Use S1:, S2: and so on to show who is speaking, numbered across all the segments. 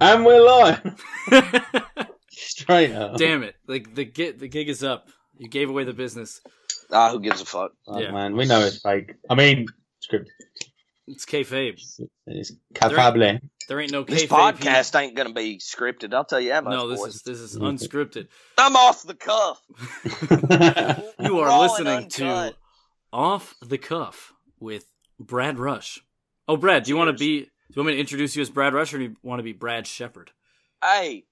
S1: And we're live. Straight up.
S2: Damn it! Like the get the gig is up. You gave away the business.
S3: Ah, who gives a fuck?
S1: Oh,
S2: Yeah.
S1: man, we know it's fake. I mean, script.
S2: It's kayfabe.
S1: It's capable.
S2: There ain't no kayfabe.
S3: This podcast ain't gonna be scripted. I'll tell you that much.
S2: No, this
S3: boys.
S2: is this is unscripted.
S3: I'm off the cuff.
S2: You are
S3: Raw and
S2: listening to
S3: uncut.
S2: Off the Cuff with Brad Rush. Oh, Brad, do you want to
S3: Cheers.
S2: be? Do you want me to introduce you as Brad Rush, or do you want to be Brad Shepard?
S3: Hey,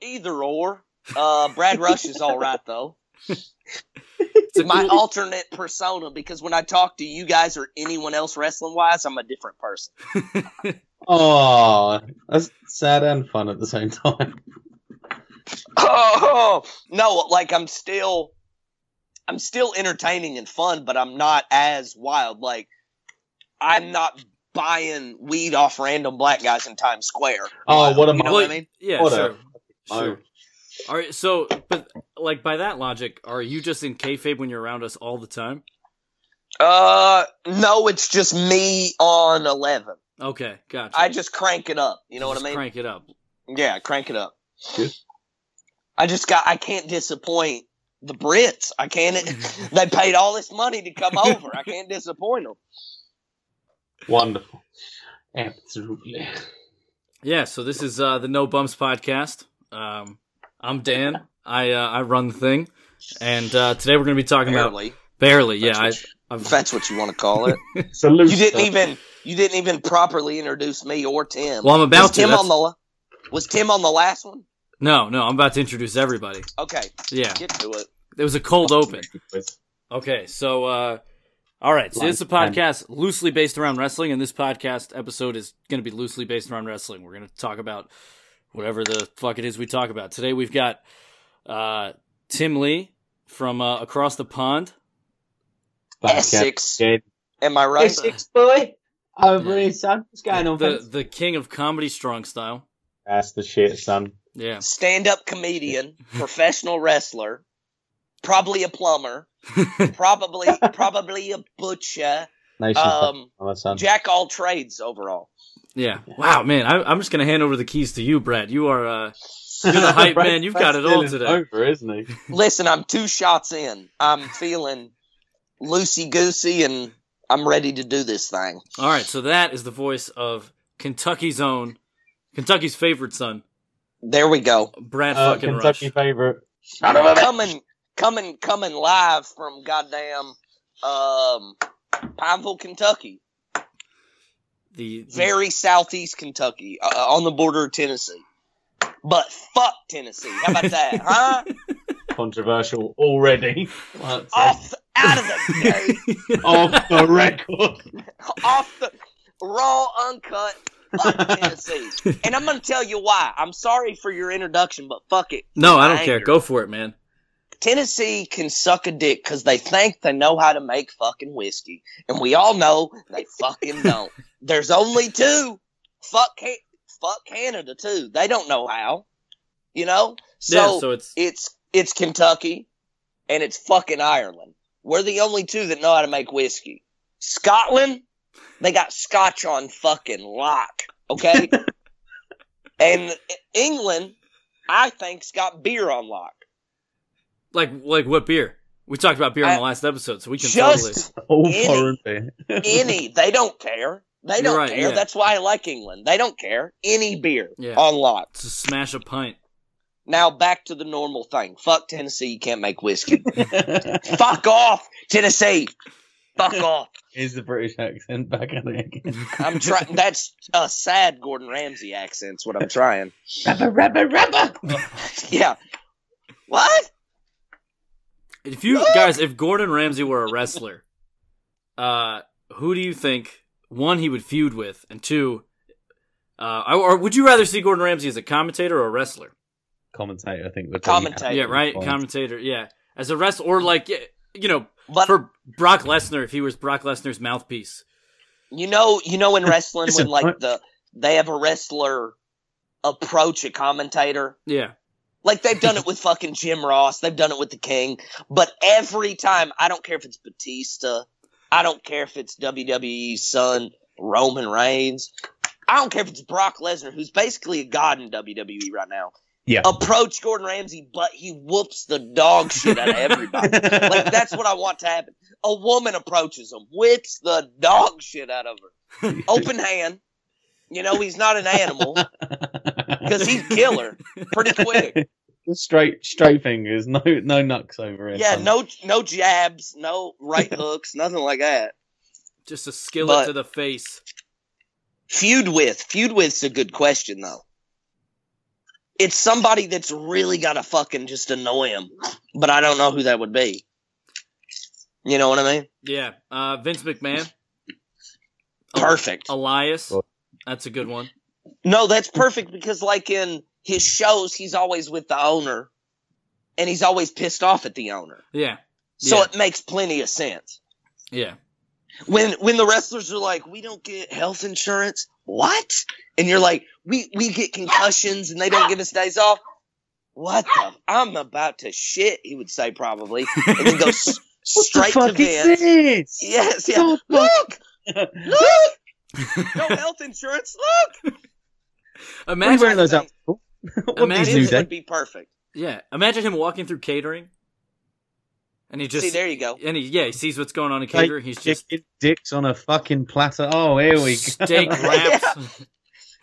S3: either or. Uh, Brad Rush is all right though.
S2: It's a
S3: My
S2: cool-
S3: alternate persona, because when I talk to you guys or anyone else wrestling wise, I'm a different person.
S1: Oh, that's sad and fun at the same time.
S3: Oh no, like I'm still, I'm still entertaining and fun, but I'm not as wild. Like I'm not buying weed off random black guys in Times Square.
S1: Oh, what a
S3: you know what I
S2: Well,
S3: mean?
S2: Yeah,
S1: What a-
S2: sure.
S1: Oh.
S2: Sure. All right. So, but like by that logic, are you just in kayfabe when you're around us all the time?
S3: Uh, no, it's just me on eleven.
S2: Okay, gotcha.
S3: I just crank it up. You know what
S2: Just
S3: I mean?
S2: Crank it up.
S3: Yeah, crank it up.
S1: Good.
S3: I just got. I can't disappoint the Brits. I can't. they paid all this money to come over. I can't disappoint them.
S1: Wonderful. Absolutely.
S2: Yeah, so this is uh, the No Bumps podcast. Um, I'm Dan. I uh, I run the thing, and uh, today we're going to be talking about
S3: Apparently,
S2: barely. Yeah, I,
S3: That's if
S2: I've,
S3: that's what you want to call it.
S1: Salute.
S3: You didn't even. You didn't even properly introduce me or Tim.
S2: well, I'm
S3: was
S2: about to.
S3: Tim on
S2: that's-
S3: the. la- Was Tim on the last one?
S2: No, no, I'm about to introduce everybody.
S3: Okay,
S2: Yeah,
S3: get to it.
S2: it was a cold open. Okay, so uh, all right, so this is a podcast loosely based around wrestling, and this podcast episode is going to be loosely based around wrestling. We're going to talk about whatever the fuck it is we talk about today. We've got uh, Tim Lee from uh, across the pond.
S3: Essex. Am I right?
S1: Essex boy. Over here, son. What's going on,
S2: the
S1: fellas?
S2: the king of comedy strong style.
S1: That's the shit, son.
S2: Yeah.
S3: stand-up comedian, professional wrestler, probably a plumber, probably probably a butcher,
S1: Nation
S3: um,
S1: my son.
S3: jack all trades overall.
S2: Yeah. Wow, man. I, I'm just gonna hand over the keys to you, Brad. You are. Uh, you're the hype man, you've got it all
S1: Still
S2: today.
S1: Over, isn't he?
S3: Listen, I'm two shots in. I'm feeling loosey goosey, and I'm ready to do this thing.
S2: all right. So that is the voice of Kentucky's own, Kentucky's favorite son,
S3: There we go.
S2: Brad
S1: Uh,
S2: fucking
S1: Kentucky
S2: Rush.
S1: favorite.
S3: Coming, coming, coming live from goddamn um, Pineville, Kentucky,
S2: The, the-
S3: very southeast Kentucky, uh, on the border of Tennessee. But fuck Tennessee. How about that, huh?
S1: Controversial already. What's that?
S3: off the, out of the gate,
S1: Off the record.
S3: off the raw, uncut, fuck Tennessee. And I'm gonna tell you why. I'm sorry for your introduction, but fuck it.
S2: no, I don't
S3: Banger.
S2: care. Go for it, man.
S3: Tennessee can suck a dick because they think they know how to make fucking whiskey, and we all know they fucking don't. There's only two. Fuck, Can- fuck Canada too. They don't know how. You know. So,
S2: yeah. So it's
S3: it's it's Kentucky and it's fucking Ireland. We're the only two that know how to make whiskey. Scotland, they got scotch on fucking lock, okay? and England, I think's got beer on lock.
S2: like like what beer? We talked about beer in
S3: I-
S2: the last episode, so we can totally.
S3: Just
S1: All
S3: Any-
S1: foreign beer.
S3: any, they don't care. They
S2: You're
S3: don't
S2: right,
S3: care.
S2: yeah.
S3: That's why I like England. They don't care. Any beer
S2: Yeah.
S3: on lock.
S2: To smash a pint.
S3: Now back to the normal thing. Fuck Tennessee, you can't make whiskey. Fuck off, Tennessee. Fuck off.
S1: Is the British accent back at it again?
S3: I'm trying. That's a sad Gordon Ramsay accent's what I'm trying.
S1: Rubber, rubber, rubber.
S3: Yeah. What?
S2: If you guys, if Gordon Ramsay were a wrestler, uh, who do you think one he would feud with, and two, uh, or would you rather see Gordon Ramsay as a commentator or a wrestler?
S1: Commentator, I think. we're
S3: Commentator.
S1: talking about.
S2: Yeah, right.
S1: Fine.
S2: Commentator. Yeah, as a wrestler, or like yeah, you know,
S3: But
S2: for Brock Lesnar, if he was Brock Lesnar's mouthpiece.
S3: you know, you know, in wrestling,
S1: Listen,
S3: when like
S1: what-
S3: the they have a wrestler approach a commentator,
S2: Yeah,
S3: like they've done it with fucking Jim Ross, they've done it with the King, but every time, I don't care if it's Batista, I don't care if it's WWE's son Roman Reigns, I don't care if it's Brock Lesnar, who's basically a god in WWE right now.
S4: Yeah.
S3: Approach Gordon Ramsay, but he whoops the dog shit out of everybody. like that's what I want to happen. A woman approaches him, whips the dog shit out of her. Open hand. You know, he's not an animal. Because he's killer pretty quick.
S1: Straight straight fingers, no no nucks over it.
S3: Yeah, no no jabs, no right hooks, nothing like that.
S2: Just a skillet
S3: But-
S2: to the face.
S3: Feud with. Feud with's a good question though. It's somebody that's really gotta fucking just annoy him. But I don't know who that would be. You know what I mean?
S2: Yeah. Uh, Vince McMahon,
S3: Perfect.
S2: Elias. That's a good one.
S3: No, that's perfect because like in his shows, he's always with the owner and he's always pissed off at the owner.
S2: Yeah.
S3: So
S2: Yeah.
S3: it makes plenty of sense.
S2: Yeah.
S3: When when the wrestlers are like, We don't get health insurance, what? And you're like, We we get concussions and they don't give us days off. What the I'm about to shit, he would say probably. And then go s- straight to Vince.
S1: this?
S3: Yes, yeah.
S1: Stop
S3: Look! Look! no health insurance,
S1: Why
S3: look!
S1: are you
S2: Imagine.
S1: wearing those out? What
S2: Imagine-
S1: these new
S3: Vince
S1: day?
S3: would be perfect.
S2: Yeah. Imagine him walking through catering, and he just
S3: See, there you go.
S2: and he yeah he sees what's going on in catering. He's just
S1: Chicken dicks on a fucking platter. Oh, here we go.
S2: steak wraps.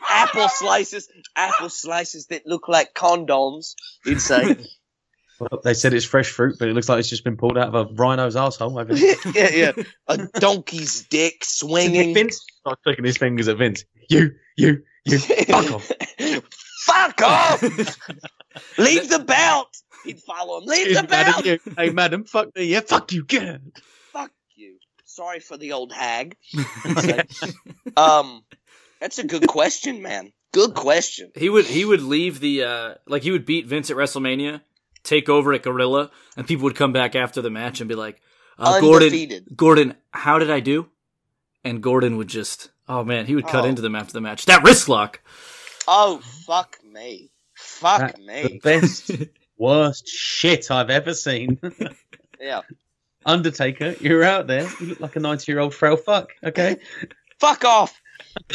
S3: apple slices, apple slices that look like condoms. You'd say,
S1: Well, they said it's fresh fruit, but it looks like it's just been pulled out of a rhino's asshole. Over there.
S3: yeah, yeah, a donkey's dick swinging.
S1: Vince starts clicking his fingers at Vince. You, you, you. Fuck off.
S3: Fuck off! Leave the belt. He'd follow him. Leave
S1: Excuse
S3: the
S1: me, madam,
S3: belt.
S1: you. Hey, madam, fuck me. Yeah, fuck you. Good.
S3: Fuck you. Sorry for the old hag. Um, that's a good question, man. Good question.
S2: he would he would leave the uh like he would beat Vince at WrestleMania, take over at Gorilla, and people would come back after the match and be like, uh, Gordon,
S3: Undefeated.
S2: Gordon, how did I do? And Gordon would just oh man, he would cut
S3: Oh.
S2: into them after the match. That wrist lock.
S3: Oh fuck me. Fuck
S1: That's The
S3: me.
S1: best, worst shit I've ever seen.
S3: Yeah.
S1: Undertaker, you're out there. You look like a 90 year old frail fuck. Okay.
S3: Fuck off.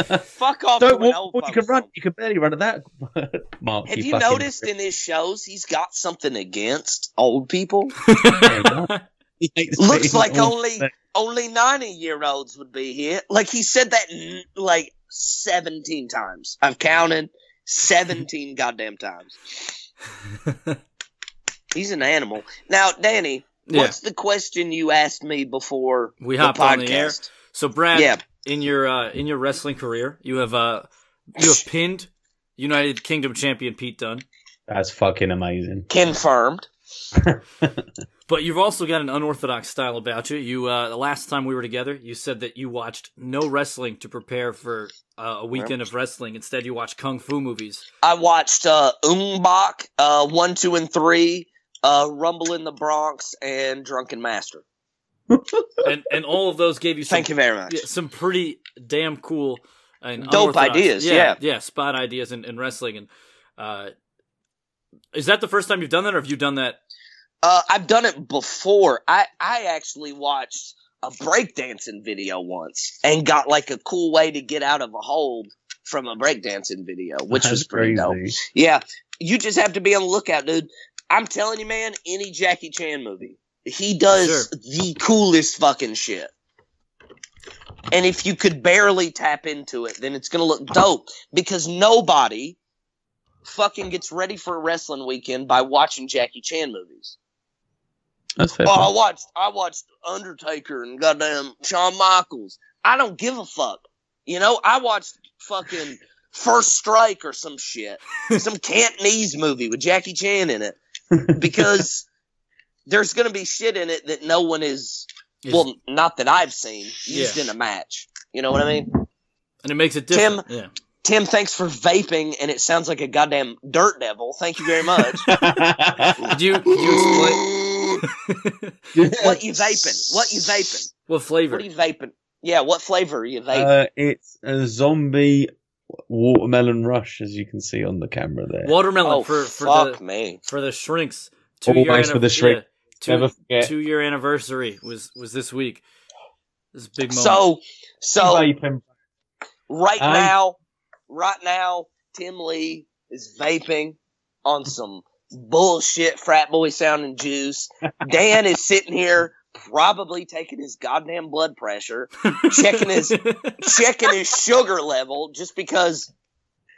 S3: Fuck off.
S1: Don't
S3: to an
S1: walk.
S3: old
S1: forward, You can
S3: folks'
S1: run.
S3: home.
S1: You can barely run at that. Mark,
S3: Have you,
S1: fucking-
S3: noticed in his shows he's got something against old people?
S1: He hates
S3: Looks
S1: being
S3: like
S1: old.
S3: only only ninety year olds would be here. Like he said that n- like seventeen times. I've counted seventeen goddamn times. He's an animal. Now, Danny,
S2: yeah.
S3: what's the question you asked me before
S2: We
S3: the
S2: hopped on the air.
S3: podcast?
S2: So Brad,
S3: Yeah.
S2: in your uh, in your wrestling career, you have uh you have pinned United Kingdom champion Pete Dunne,
S1: That's fucking amazing.
S3: Confirmed.
S2: but you've also got an unorthodox style about you. You uh, the last time we were together, you said that you watched no wrestling to prepare for uh, a weekend of wrestling. Instead, you watch kung fu movies.
S3: I watched uh, Umbach, uh, one, two, and three, uh, Rumble in the Bronx, and Drunken Master.
S2: and and all of those gave you some,
S3: Thank you very much.
S2: yeah, some pretty damn cool and
S3: Dope
S2: unorthodox-
S3: ideas,
S2: yeah,
S3: yeah.
S2: spot ideas in, in wrestling. And uh, is that the first time you've done that, or have you done that?
S3: Uh, I've done it before. I, I actually watched a breakdancing video once and got like a cool way to get out of a hold from a breakdancing video, which
S1: That's
S3: was pretty dope.
S1: crazy.
S3: Yeah, you just have to be on the lookout, dude. I'm telling you, man, any Jackie Chan movie, he does
S2: Sure.
S3: the coolest fucking shit. And if you could barely tap into it, then it's going to look dope because nobody fucking gets ready for a wrestling weekend by watching Jackie Chan movies.
S1: That's fair.
S3: Oh, I watched I watched Undertaker and goddamn Shawn Michaels. I don't give a fuck. You know, I watched fucking First Strike or some shit. Some Cantonese movie with Jackie Chan in it. Because there's gonna be shit in it that no one is,
S2: Is-
S3: well, not that I've seen, used
S2: Yeah.
S3: in a match. You know what I mean?
S2: and it makes it different. yeah.
S3: Tim, thanks for vaping and it sounds like a goddamn dirt devil. Thank you very much.
S2: Could you, could you explain
S3: what you vaping? What you vaping?
S2: what flavor?
S3: What are you vaping? Yeah, what flavor are you vaping?
S1: Uh, it's a zombie watermelon rush, as you can see on the camera there.
S2: Watermelon
S3: oh,
S2: for for
S3: fuck
S2: the
S3: me.
S2: for the shrinks.
S1: Always Oh, for the shrink. Never
S2: two,
S1: forget.
S2: two year anniversary was was this week. This is a big moment.
S3: So, so
S1: Vaping.
S3: right
S1: I-
S3: now, Right now, Tim Lee is vaping on some bullshit frat boy sounding juice. Dan is sitting here probably taking his goddamn blood pressure, checking his checking his sugar level just because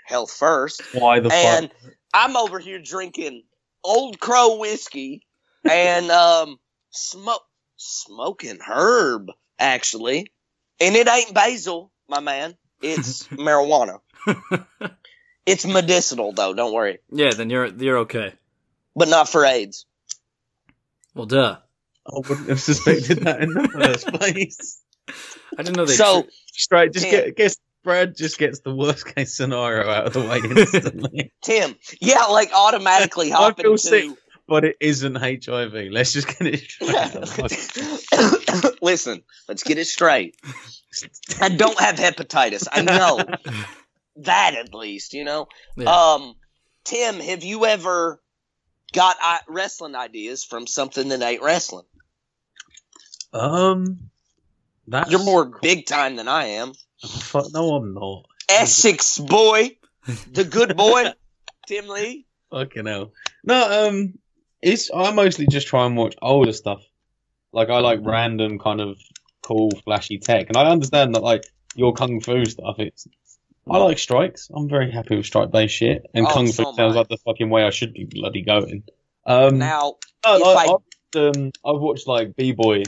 S3: health first.
S1: Why the
S3: And
S1: fuck?
S3: I'm over here drinking Old Crow whiskey and um smoke smoking herb actually. And it ain't basil, my man. It's marijuana. it's medicinal though, don't worry.
S2: Yeah, then you're you're okay.
S3: But not for AIDS.
S2: Well, duh.
S1: I wouldn't have suspected that in the first place.
S2: I didn't know they.
S3: so
S2: tr-
S1: Straight, just
S3: Yeah.
S1: get guess Brad just gets the worst case scenario out of the way instantly.
S3: Tim, yeah, like automatically hopping
S1: feel
S3: to
S1: sick. but it isn't HIV. Let's just get it straight. out of the way.
S3: Listen, let's get it straight. I don't have hepatitis. I know that at least, you know.
S2: Yeah.
S3: Um, Tim, have you ever got I- wrestling ideas from something that ain't wrestling?
S1: um, that's
S3: You're more big time than I am.
S1: Oh, fuck, no, I'm not.
S3: Essex boy, the good boy, Tim Lee.
S1: Fucking hell. No, um, it's I mostly just try and watch older stuff. Like I like random kind of cool, flashy tech, and I understand that like your kung fu stuff. It's I like strikes. I'm very happy with strike based shit, and
S3: Mm. Oh,
S1: kung fu
S3: so am
S1: sounds
S3: I.
S1: like the fucking way I should be bloody going. Um,
S3: Now,
S1: no,
S3: if
S1: like,
S3: I-
S1: I've, um, I've watched like b boy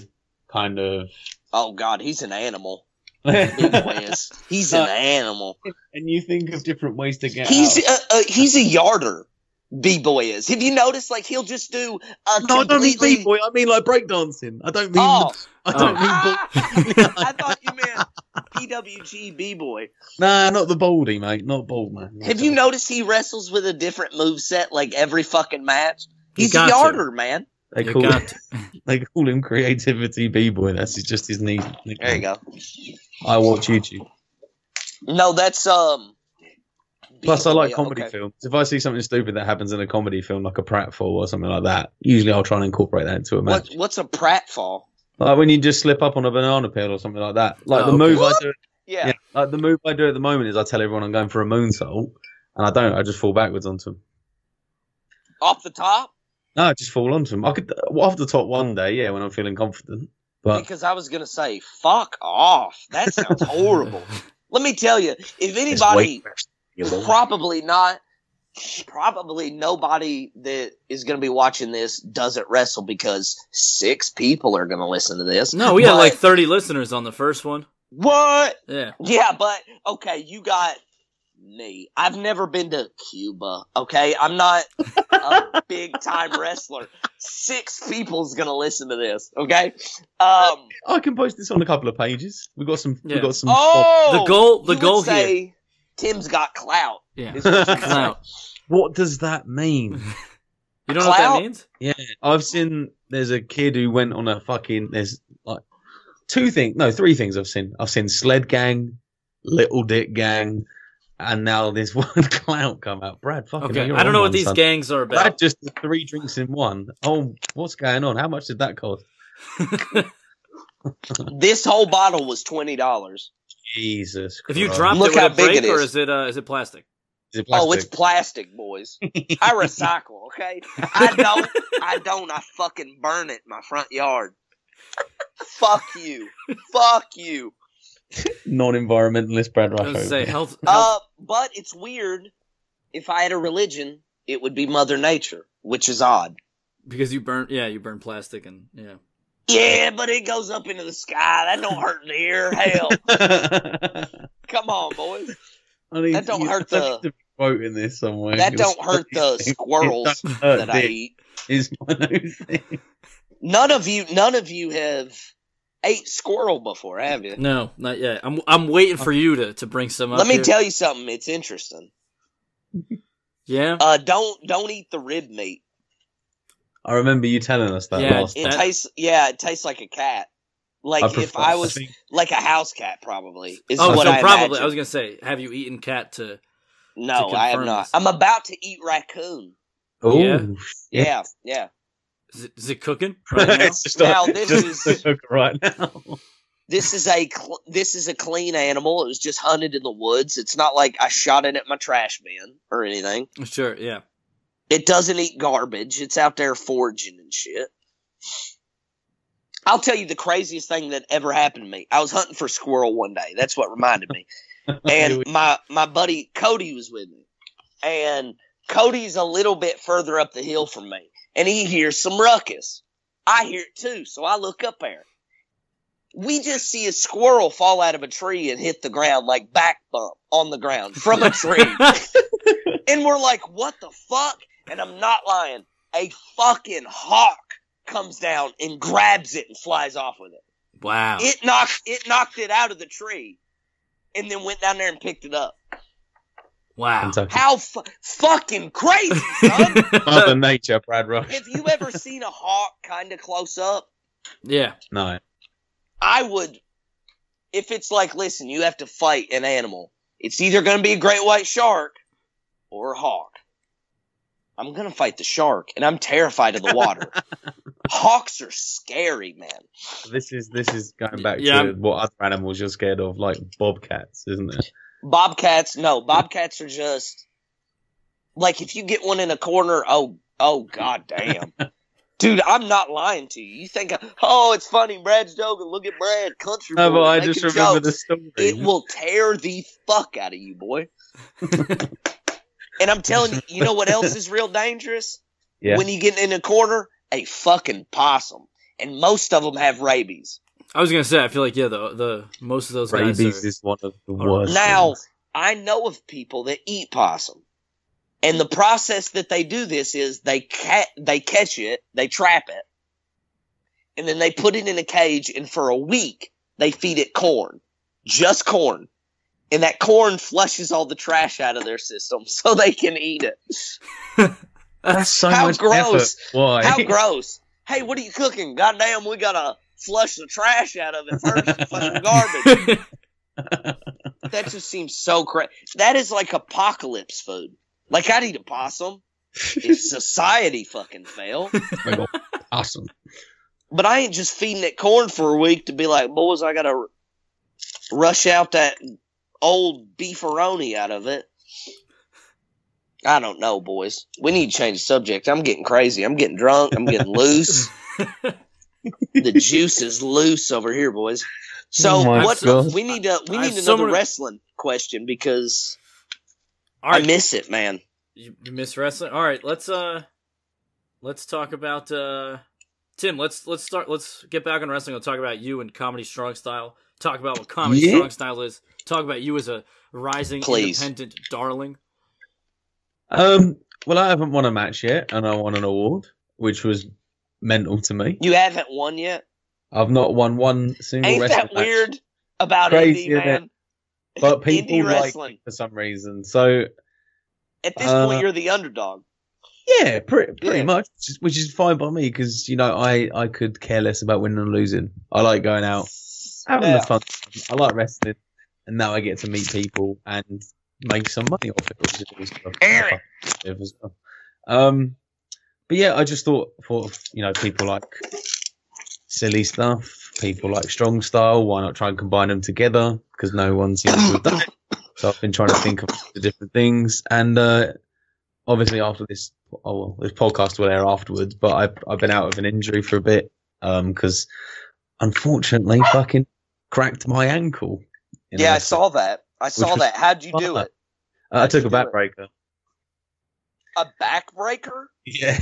S1: kind of.
S3: oh God, he's an animal. Big boy
S1: and
S3: is. He's
S1: Uh,
S3: an animal.
S1: you think of different ways to get
S3: He's
S1: out.
S3: a, a he's a yarder. B boy is. Have you noticed? Like he'll just do a
S1: No, I don't mean
S3: completely.
S1: b boy. I mean like breakdancing. I don't mean.
S3: Oh,
S1: I don't
S2: Oh.
S1: mean.
S3: Ah! I thought you meant PWG B boy.
S1: Nah, not the baldy, mate. Not bald man.
S3: Have you noticed he wrestles with a different move set like every fucking match?
S2: You
S3: He's a
S2: got to.
S3: yarder, man.
S1: They
S2: You
S1: call
S2: got
S1: it, they call him creativity b boy. That's just his knee.
S3: There you go.
S1: I watch YouTube.
S3: No, that's um.
S1: Plus, I like
S3: B-boy,
S1: comedy
S3: okay.
S1: films. If I see something stupid that happens in a comedy film, like a pratfall or something like that, usually I'll try and incorporate that into a match.
S3: What, what's a pratfall?
S1: Like when you just slip up on a banana peel or something like that. Like
S2: Oh,
S1: the
S2: okay.
S1: move I do.
S3: Yeah.
S1: Yeah, like the move I do at the moment is I tell everyone I'm going for a moonsault, and I don't. I just fall backwards onto them.
S3: off the top.
S1: No, I just fall onto them. I could well, off the top one day, yeah, when I'm feeling confident. But
S3: Because I was gonna say, fuck off. That sounds horrible. Let me tell you, if anybody. probably not probably nobody that is going to be watching this doesn't wrestle because six people are going to listen to this
S2: no, we had
S3: But-
S2: like thirty listeners on the first one.
S3: what
S2: Yeah,
S3: yeah but okay you got me i've never been to cuba okay i'm not a big time wrestler six people's going to listen to this okay um
S1: I can post this on a couple of pages. We got some. We
S2: Yeah.
S1: got some.
S3: oh
S2: The goal- the
S3: you would
S2: goal here-
S3: say tim's got clout
S2: yeah.
S3: is what you say.
S2: Clout.
S1: What does that mean?
S2: You don't know what that
S3: Clout.
S2: means?
S1: I've seen there's a kid who went on a fucking there's like two things no three things I've seen. I've seen Sled Gang, Little Dick Gang, and now this one clout come out. Brad, fucking hell,
S2: Okay,
S1: you're
S2: I don't
S1: on
S2: know what
S1: one,
S2: these
S1: son.
S2: gangs are
S1: Brad
S2: about.
S1: just did three drinks in one. Oh, what's going on? How much did that cost?
S3: this whole bottle was $20
S1: Jesus.
S2: If you
S1: Christ.
S2: dropped
S3: Look
S2: it, would
S3: how
S2: it
S3: big
S2: break
S3: it
S2: or
S3: is.
S2: is it uh, is it plastic?
S1: Is it
S3: Oh, it's
S1: plastic?
S3: plastic, boys. I recycle, okay? I don't. I don't. I fucking burn it in my front yard. Fuck you. Fuck you.
S1: non-environmentalist Brad
S2: I was
S1: Rush.
S2: gonna say health. health-
S3: Uh, but it's weird. If I had a religion, it would be Mother Nature, which is odd.
S2: because you burn, yeah, you burn plastic and yeah.
S3: Yeah, but it goes up into the sky. That don't hurt the ear. Hell, come on, boys.
S1: I need-
S3: That don't
S1: you-
S3: hurt
S1: I need
S3: the-
S1: to be quoting this somewhere.
S3: That
S1: You're
S3: don't hurt the
S1: saying-
S3: squirrels
S1: It don't hurt
S3: that I
S1: dick,
S3: eat.
S1: Is my new thing.
S3: None of you. None of you have ate squirrel before, have you?
S2: No, not yet. I'm I'm waiting for you to, to bring some up.
S3: Let me
S2: here.
S3: tell you something. It's interesting.
S2: Yeah,
S3: Uh, don't don't eat the rib meat.
S1: I remember you telling us that
S2: Yeah,
S1: last.
S3: It
S2: That-
S3: tastes yeah, it tastes like a cat. Like
S1: I
S3: if
S1: prefer-
S3: I was
S1: think-
S3: like a house cat, probably is
S2: oh,
S3: what
S2: so
S3: I
S2: probably
S3: imagine.
S2: I was gonna say, have you eaten cat to?
S3: no,
S2: to
S3: I have
S2: confirm
S3: not.
S2: this.
S3: I'm about to eat raccoon.
S1: Ooh,
S2: Yeah.
S1: shit.
S3: Yeah, yeah.
S2: Is it, is it cooking right now?
S1: It's just
S3: Now
S1: like-
S3: this
S1: just
S3: is-
S1: right now.
S3: This is a cl- this is a clean animal. It was just hunted in the woods. It's not like I shot it at my trash bin or anything.
S2: Sure, yeah.
S3: It doesn't eat garbage. It's out there foraging and shit. I'll tell you the craziest thing that ever happened to me. I was hunting for squirrel one day. That's what reminded me. And my my buddy Cody was with me. And Cody's a little bit further up the hill from me. And he hears some ruckus. I hear it too, so I look up there. We just see a squirrel fall out of a tree and hit the ground like back bump on the ground from a tree. and we're like, what the fuck? And I'm not lying. A fucking hawk comes down and grabs it and flies off with it.
S2: wow.
S3: It knocked it knocked it out of the tree, and then went down there and picked it up.
S2: wow.
S3: How fu- fucking crazy, son!
S1: Mother Nature, Brad Rush.
S3: Have you ever seen a hawk kind of close up?
S2: yeah.
S1: No.
S3: I would, if it's like, listen, you have to fight an animal. It's either going to be a great white shark or a hawk. I'm going to fight the shark, and I'm terrified of the water. Hawks are scary, man.
S1: This is this is going back
S2: Yeah.
S1: to what other animals you're scared of, like bobcats, isn't it?
S3: Bobcats,
S1: Mm-hmm.
S3: no, bobcats are just like if you get one in a corner, oh, oh, god damn. Dude, I'm not lying to you. You think, oh, it's funny, Brad's joking. Look at Brad, country.
S1: No,
S3: boy,
S1: but I
S3: making
S1: just remember
S3: jokes.
S1: the story.
S3: It will tear the fuck out of you, boy. and I'm telling you, you know what else is real dangerous?
S1: yeah.
S3: When you get in a corner, a fucking possum. And most of them have rabies.
S2: I was gonna say, I feel like yeah, the the most of those
S1: Rabies
S2: guys are,
S1: is one of the
S2: are-
S1: worst.
S3: Now,
S1: things.
S3: I know of people that eat possum, and the process that they do this is they ca- they catch it, they trap it, and then they put it in a cage, and for a week they feed it corn, just corn, and that corn flushes all the trash out of their system so they can eat it.
S1: that's so
S3: how
S1: much
S3: gross.
S1: effort. Why?
S3: How gross! Hey, what are you cooking? Goddamn, we gotta flush the trash out of it first, flush the garbage. That just seems so crazy. That is like apocalypse food. Like I'd eat a possum if society fucking failed.
S1: Big ol' Oh Awesome.
S3: But I ain't just feeding it corn for a week to be like, boys, I gotta r- rush out that old beefaroni out of it. I don't know, boys. We need to change the subject. I'm getting crazy. I'm getting drunk. I'm getting loose. the juice is loose over here, boys. So
S1: Oh my
S3: what?
S1: God.
S3: We need to we
S2: I have
S3: need another
S2: so many-
S3: wrestling question because
S2: All right,
S3: I miss it, man.
S2: you, you miss wrestling. All right, let's uh, let's talk about uh, Tim. Let's let's start. Let's get back on wrestling. I'll talk about you and comedy strong style. Talk about what comedy
S1: Yeah.
S2: strong style is. Talk about you as a rising
S3: Please.
S2: independent darling.
S1: Um. Well, I haven't won a match yet, and I won an award, which was mental to me.
S3: You haven't won yet.
S1: I've not won one single
S3: Ain't
S1: wrestling
S3: that weird about
S1: Crazy,
S3: indie
S1: isn't it?
S3: man?
S1: match, but people
S3: indie
S1: like
S3: wrestling.
S1: it for some reason. So
S3: At this
S1: Uh,
S3: point, you're the underdog.
S1: yeah, pretty pretty
S3: Yeah.
S1: much, which is- which is fine by me because you know I I could care less about winning and losing. I like going out, having
S3: Yeah.
S1: the fun. I like wrestling, and now I get to meet people and make some money off it. Which is always good.
S3: Eric.
S1: As well. Um, but yeah, I just thought for you know people like silly stuff, people like strong style. Why not try and combine them together? Because no one seems to have done it. So I've been trying to think of the different things, and uh, obviously after this, oh well, this podcast will air afterwards. But I've I've been out of an injury for a bit because unfortunately, fucking cracked my ankle. in a
S3: Yeah, I
S1: wrestling-
S3: saw that. I saw
S1: was
S3: that. How'd you do
S1: fun.
S3: it?
S1: Uh, I took a
S3: Did you do it?
S1: backbreaker.
S3: A backbreaker,
S1: Yeah,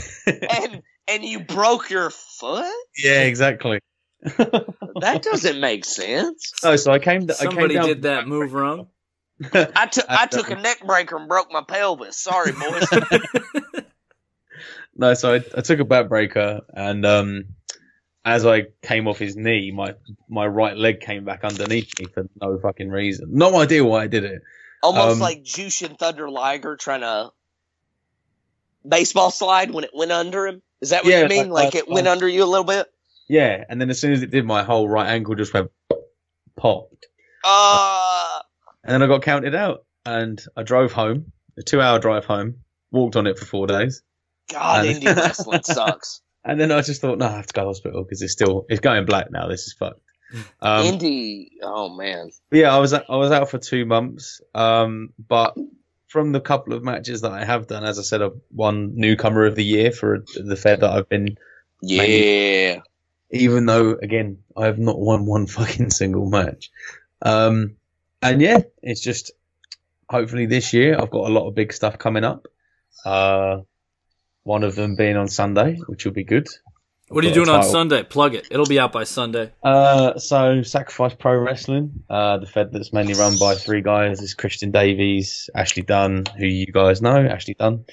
S3: and and you broke your foot?
S1: yeah, exactly.
S3: That doesn't make sense.
S1: Oh, so I came. I came
S2: Somebody
S1: down
S2: did that move wrong.
S3: I took I
S1: I
S3: took a
S1: don't-
S3: neck breaker and broke my pelvis. Sorry, boys.
S1: no, so I, I took a back breaker, and um, as I came off his knee, my my right leg came back underneath me for no fucking reason. No idea why I did it.
S3: Almost
S1: Um,
S3: like Jushin Thunder Liger trying to baseball slide when it went under him. Is that what
S1: Yeah,
S3: you mean?
S1: like-
S3: Like, it went under you a little bit?
S1: Yeah, and then as soon as it did, my whole right ankle just went popped,
S3: Uh
S1: and then I got counted out, and I drove home, a two-hour drive home, walked on it for four days,
S3: God,
S1: And-
S3: indie wrestling sucks.
S1: and then I just thought, no, I have to go to hospital because it's still it's going black now. This is fucked. Um,
S3: Indy. Oh man.
S1: but yeah, I was I was out for two months. Um, but from the couple of matches that I have done, as I said, I've won newcomer of the year for the fair that I've been.
S3: Yeah.
S1: Even though, again, I have not won one fucking single match. Um, and yeah, it's just hopefully this year I've got a lot of big stuff coming up. Uh, one of them being on Sunday, which will be good.
S2: What are you
S1: Got a
S2: doing on
S1: title.
S2: Sunday? Plug it. It'll be out by Sunday.
S1: Uh, so Sacrifice Pro Wrestling, uh, the fed that's mainly run by three guys is Christian Davies, Ashley Dunn, who you guys know, Ashley Dunn,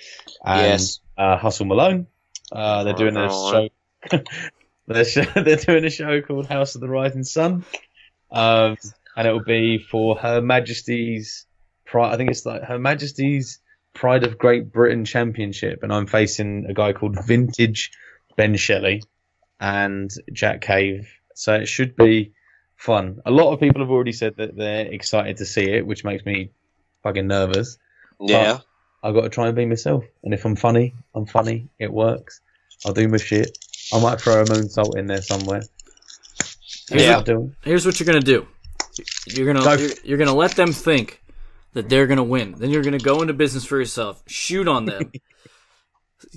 S1: and
S3: yes.
S1: uh, Hustle Malone. Uh, they're doing a show.
S3: Alright.
S1: they're, sh- they're doing a show called House of the Rising Sun, um, and it will be for Her Majesty's Pride. I think it's like Her Majesty's Pride of Great Britain Championship, and I'm facing a guy called Vintage Ben Shelley and Jack Cave. So it should be fun. A lot of people have already said that they're excited to see it, which makes me fucking nervous.
S3: Yeah.
S1: I got to try and be myself. And if I'm funny, I'm funny. It works. I'll do my shit. I might throw a moonsault in there somewhere. That's
S2: Yeah.
S1: what I'm doing.
S2: Here's what you're gonna do. You're
S1: Go.
S2: gonna you're, you're gonna let them think that they're gonna win. Then you're gonna go into business for yourself. Shoot on them.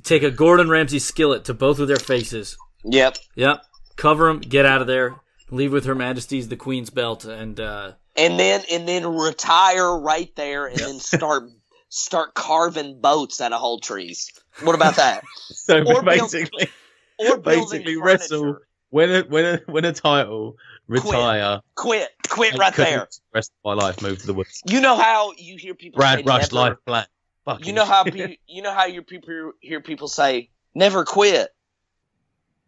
S2: Take a Gordon Ramsay skillet to both of their faces.
S3: Yep.
S2: Yep. Cover them. Get out of there. Leave with Her Majesty's the Queen's belt and uh,
S3: And then and then retire right there, and then start start carving boats out of whole trees. What about that?
S1: So
S3: Or build-
S1: basically,
S3: Or building
S1: basically
S3: furniture.
S1: wrestle, win a, win, a, win a title, retire.
S3: Quit. Quit
S1: and
S3: right
S1: could
S3: there.
S1: The rest of my life, move to the woods.
S3: You know how you hear people say
S1: Brad Rush,
S3: never-
S1: life plan. Fucking
S3: You know how
S1: shit.
S3: pe- you know how your people hear people say never quit.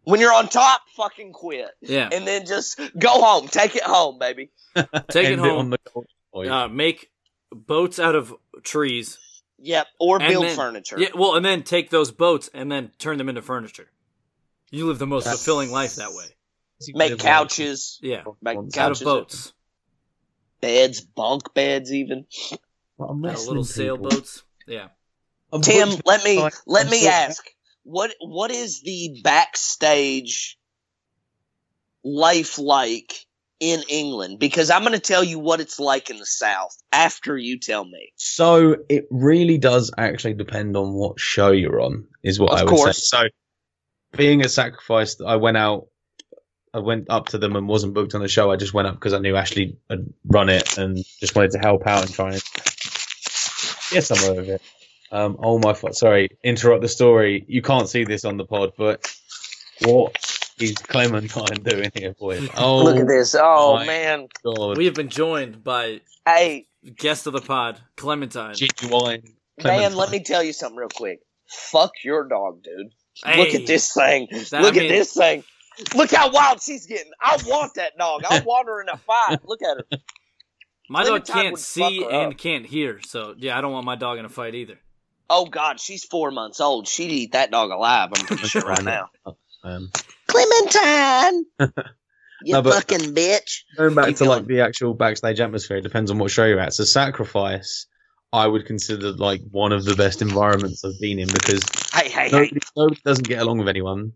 S3: When you're on top, fucking quit,
S2: yeah,
S3: and then just go home. Take it home, baby.
S2: take it
S1: End on
S2: home.
S1: the goal point.
S2: uh, make boats out of trees.
S3: Yep. Or
S2: And
S3: build
S2: then-
S3: furniture.
S2: Yeah. Well, and then take those boats and then turn them into furniture. You live the most
S1: That's-
S2: fulfilling life that way.
S3: Make couches,
S2: Yeah.
S3: make
S1: Once.
S2: Out of
S3: couches,
S2: boats.
S3: beds, bunk beds, even.
S1: But I'm
S2: Yeah,
S1: wrestling
S2: little
S1: people.
S2: sailboats. Yeah.
S3: Tim, let
S1: Unfortunately,
S3: me let me
S1: unfortunately-
S3: ask what what is the backstage life like in England? Because I'm going to tell you what it's like in the South after you tell me.
S1: So it really does actually depend on what show you're on, is what
S3: Of
S1: I would
S3: course.
S1: say. So being a sacrifice, I went out, I went up to them and wasn't booked on the show. I just went up because I knew Ashley had run it and just wanted to help out and try and get some of it. Um, oh my, fu- sorry, interrupt the story. You can't see this on the pod, but what is Clementine doing here, boy? Oh,
S3: Look at this. Oh
S1: my
S3: man.
S1: God.
S2: We have been joined by
S3: Hey,
S2: guest of the pod, Clementine.
S1: Genuine
S3: man,
S1: Clementine.
S3: let me tell you something real quick. Fuck your dog, dude.
S2: Hey,
S3: Look at this thing.
S2: that- I
S3: Look at
S2: mean-
S3: this thing. Look how wild she's getting. I want that dog. I want her in a fight. Look at her.
S2: My dog
S3: Clementine
S2: can't
S3: would fuck
S2: see
S3: her
S2: and
S3: up.
S2: can't hear, so yeah, I don't want my dog in a fight either.
S3: Oh god, she's four months old. She'd eat that dog alive. I'm pretty sure right now.
S1: Um,
S3: Clementine, you
S1: No, but-
S3: fucking bitch.
S1: going back
S3: Keep
S1: to like
S3: going.
S1: the actual backstage atmosphere it depends on what show you're at so sacrifice i would consider like one of the best environments i've been in because
S3: Hey, hey, hey.
S1: nobody, nobody doesn't get along with anyone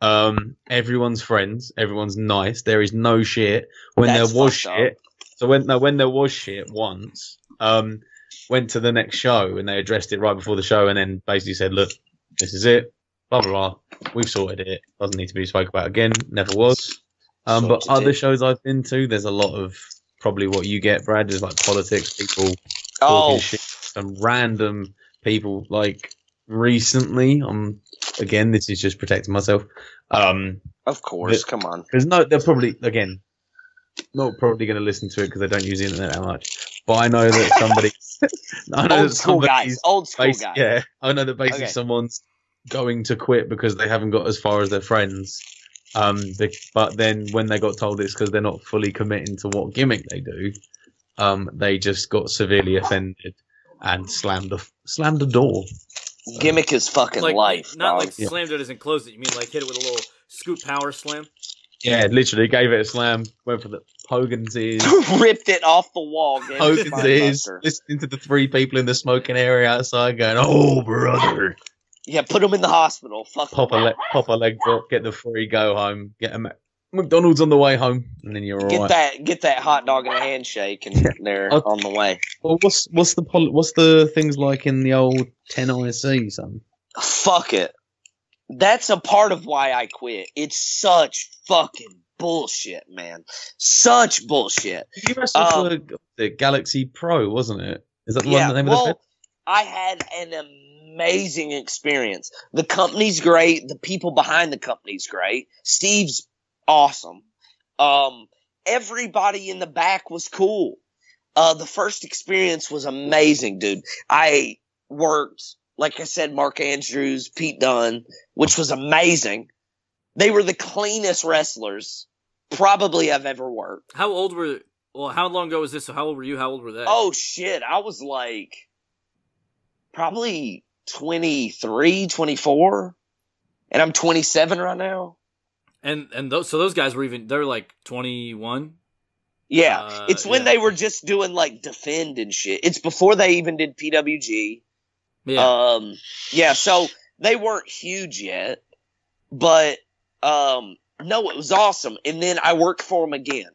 S1: um everyone's friends everyone's nice there is no shit when
S3: That's
S1: there was
S3: fucked up.
S1: shit so when no, when there was shit once um went to the next show and they addressed it right before the show and then basically said look this is it blah blah blah we've sorted it doesn't need to be spoke about again never was um but
S3: Sorted
S1: other
S3: it.
S1: shows i've been to there's a lot of probably what you get brad is like politics people
S3: Oh,
S1: talking shit some random people like recently um again this is just protecting myself um
S3: of course. Come on.
S1: because no they're probably again not probably going to listen to it because they don't use the internet that much but i know that somebody i know
S3: Old
S1: that
S3: school
S1: somebody's
S3: guys. Old school
S1: basi-
S3: guys.
S1: yeah i know that basically
S3: Okay.
S1: someone's going to quit because they haven't got as far as their friends um they, but then when they got told it's because they're not fully committing to what gimmick they do um they just got severely offended and slammed the slammed the door
S3: Gimmick is fucking
S2: Like
S3: life.
S2: not
S3: dog.
S2: like slammed it isn't closed it. You mean like hit it with a little scoop power slam?
S1: yeah literally gave it a slam went for the hogan's ears
S3: ripped it off the wall. gave it to
S1: Hogan's
S3: my
S1: ears,
S3: buster.
S1: listening to the three people in the smoking area outside going, oh, brother.
S3: Yeah, put him in the hospital. Fuck.
S1: Pop a, le- pop a leg drop, get the free, go home, get a ma- McDonald's on the way home, and then you're all
S3: Get
S1: right.
S3: that get that hot dog and a handshake, and they're
S1: Okay.
S3: on the way.
S1: Well, what's what's the pol- what's the things like in the old 10 IC son?
S3: Fuck it. That's a part of why I quit. It's such fucking bullshit, man. Such bullshit.
S1: You wrestled
S3: Um,
S1: for the Galaxy Pro, wasn't it? Is that the one that they made
S3: well,
S1: the bid?
S3: I had an amazing experience. The company's great. The people behind the company's great. Steve's awesome. Um, everybody in the back was cool. Uh, the first experience was amazing, dude. I worked, like I said, Mark Andrews, Pete Dunn, which was amazing. They were the cleanest wrestlers probably I've ever worked.
S2: How old were? Well, how long ago was this? So how old were you? How old were they?
S3: Oh shit, I was like probably 23, 24 and I'm 27 right now.
S2: and and those so those guys were even they're like twenty one.
S3: Yeah.
S2: Uh,
S3: it's when
S2: yeah.
S3: they were just doing like defend and shit. It's before they even did PWG.
S2: Yeah,
S3: Um yeah, so they weren't huge yet, but um no, it was awesome. And then I worked for them again.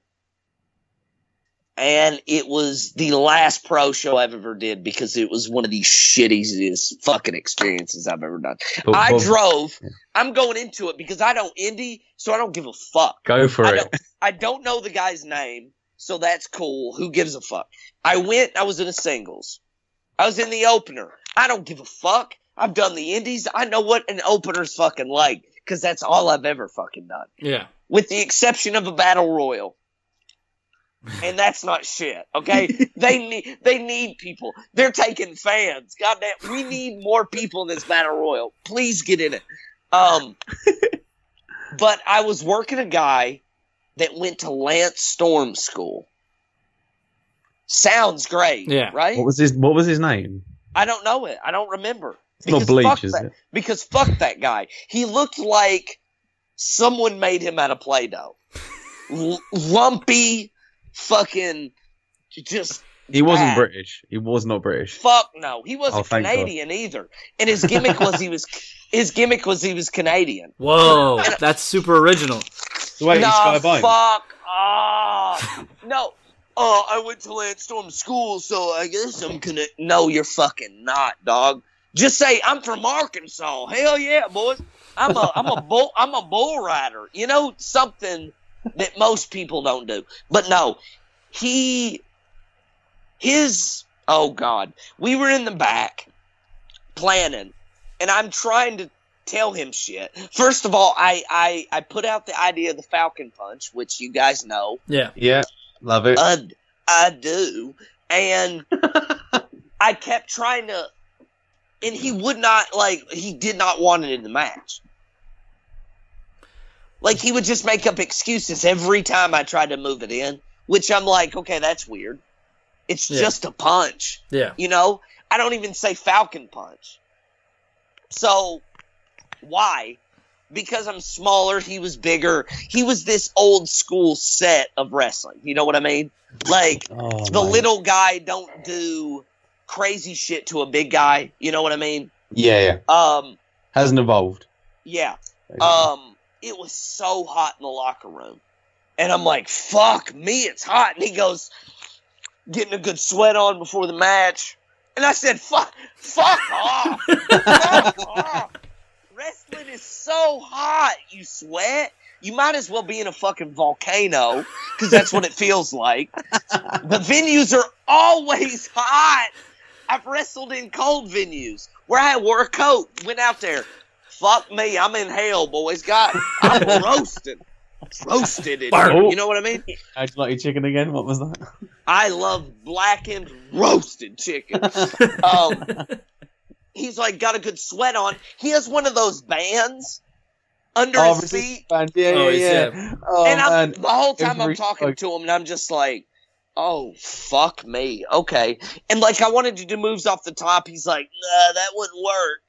S3: And it was the last pro show I've ever did because it was one of the shittiest fucking experiences I've ever done.
S1: Well,
S3: I
S1: well,
S3: drove. I'm going into it because I don't indie, so I don't give a fuck.
S1: Go for
S3: I
S1: it.
S3: don't, I don't know the guy's name, so that's cool. Who gives a fuck? I went, I was in the singles. I was in the opener. I don't give a fuck. I've done the indies. I know what an opener's fucking like because that's all I've ever fucking done,
S2: yeah.
S3: with the exception of a battle royal. And that's not shit, okay? they need they need people. They're taking fans. Goddamn, we need more people in this battle royal. Please get in it. Um, but I was working a guy that went to Lance Storm School. Sounds great.
S2: Yeah.
S3: Right?
S1: What was his What was his name?
S3: I don't know it. I don't remember.
S1: It's not
S3: Because
S1: Bleach,
S3: fuck
S1: is
S3: that-
S1: it?
S3: Because fuck that guy. He looked like someone made him out of Play Doh. L- lumpy, fucking, just
S1: He wasn't
S3: bad.
S1: British. He was not British.
S3: Fuck no, he
S1: Oh,
S3: wasn't
S1: thank God.
S3: Canadian either. And his gimmick was he was his gimmick was he was Canadian.
S2: Whoa, that's super original.
S1: The way
S3: no,
S1: he's Skybone.
S3: fuck off. no. Oh, I went to Landstorm School, so I guess I'm gonna. No, you're fucking not, dog. Just say I'm from Arkansas. Hell yeah, boys. I'm a I'm a bull I'm a bull rider. You know something that most people don't do. But no, he his oh god, we were in the back planning, and I'm trying to tell him shit. First of all, I I I put out the idea of the Falcon Punch, which you guys know.
S2: Yeah,
S1: Yeah, love it.
S3: I, I do. And I kept trying to, and he would not, like, he did not want it in the match. Like, he would just make up excuses every time I tried to move it in, which I'm like, okay, that's weird. It's
S2: Yeah.
S3: just a punch.
S2: yeah.
S3: You know, I don't even say Falcon Punch. So, why? Because I'm smaller, he was bigger. He was this old school set of wrestling. You know what I mean? Like,
S1: oh,
S3: the
S1: mate.
S3: little guy don't do crazy shit to a big guy. You know what I mean?
S1: Yeah, yeah.
S3: Um,
S1: Hasn't evolved.
S3: yeah. Um, it was so hot in the locker room. And I'm like, fuck me, it's hot. And he goes, getting a good sweat on before the match. And I said, fuck, fuck off. fuck off. Wrestling is so hot, you sweat. You might as well be in a fucking volcano because that's what it feels like. The venues are always hot. I've wrestled in cold venues where I wore a coat, went out there. Fuck me, I'm in hell, boys. God, I'm roasted. Roasted in here,
S1: Burn.
S3: You know what I mean?
S1: How'd you like your chicken again? What was that?
S3: I love blackened roasted chicken. um, he's like got a good sweat on. He has one of those bands under
S1: Oh,
S3: his
S1: resistance
S3: feet,
S1: band. Yeah, yeah,
S2: Oh, it's
S1: yeah. Oh,
S3: and I'm,
S1: man.
S3: the whole time I'm
S1: Every-
S3: talking
S1: like-
S3: to him, and I'm just like, "Oh fuck me, okay." And like I wanted to do moves off the top. He's like, "Nah, that wouldn't work."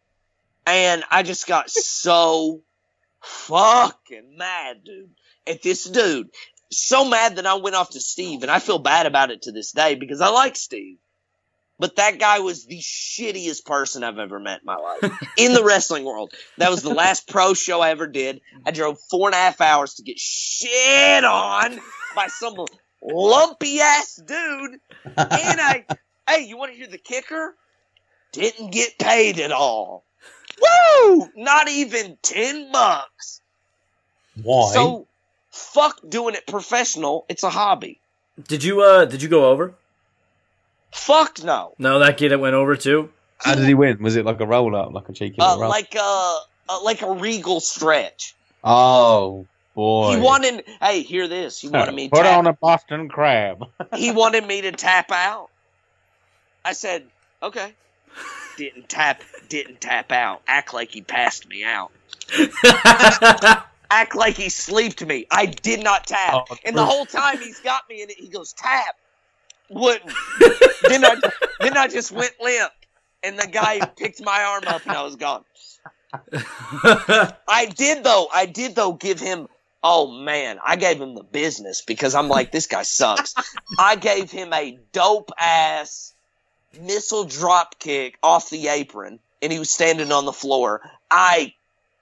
S3: And I just got so fucking mad, dude, at this dude. So mad that I went off to Steve, and I feel bad about it to this day because I like Steve. But that guy was the shittiest person I've ever met in my life in the wrestling world. That was the last pro show I ever did. I drove four and a half hours to get shit on by some lumpy ass dude. And I, hey, you want to hear the kicker? Didn't get paid at all. Woo! Not even 10 bucks.
S1: Why?
S3: So fuck doing it professional. It's a hobby.
S2: Did you uh did you go over?
S3: Fuck no.
S2: No, that kid that went over too.
S1: How did he win? Was it like a roll up, like a cheeky
S3: Uh,
S1: little roll?
S3: like a uh, like a regal stretch.
S1: oh boy!
S3: He wanted. Hey, hear this. He wanted me.
S1: Put
S3: tap-
S1: on a Boston crab.
S3: he wanted me to tap out. I said, okay. Didn't tap. Didn't tap out. Act like he passed me out. Act like he sleeped me. I did not tap.
S1: Oh,
S3: and the whole time he's got me in it, he goes tap. Wouldn't. then I then I just went limp, and the guy picked my arm up, and I was gone. I did though. I did though. Give him. Oh man, I gave him the business because I'm like this guy sucks. I gave him a dope ass missile drop kick off the apron, and he was standing on the floor. I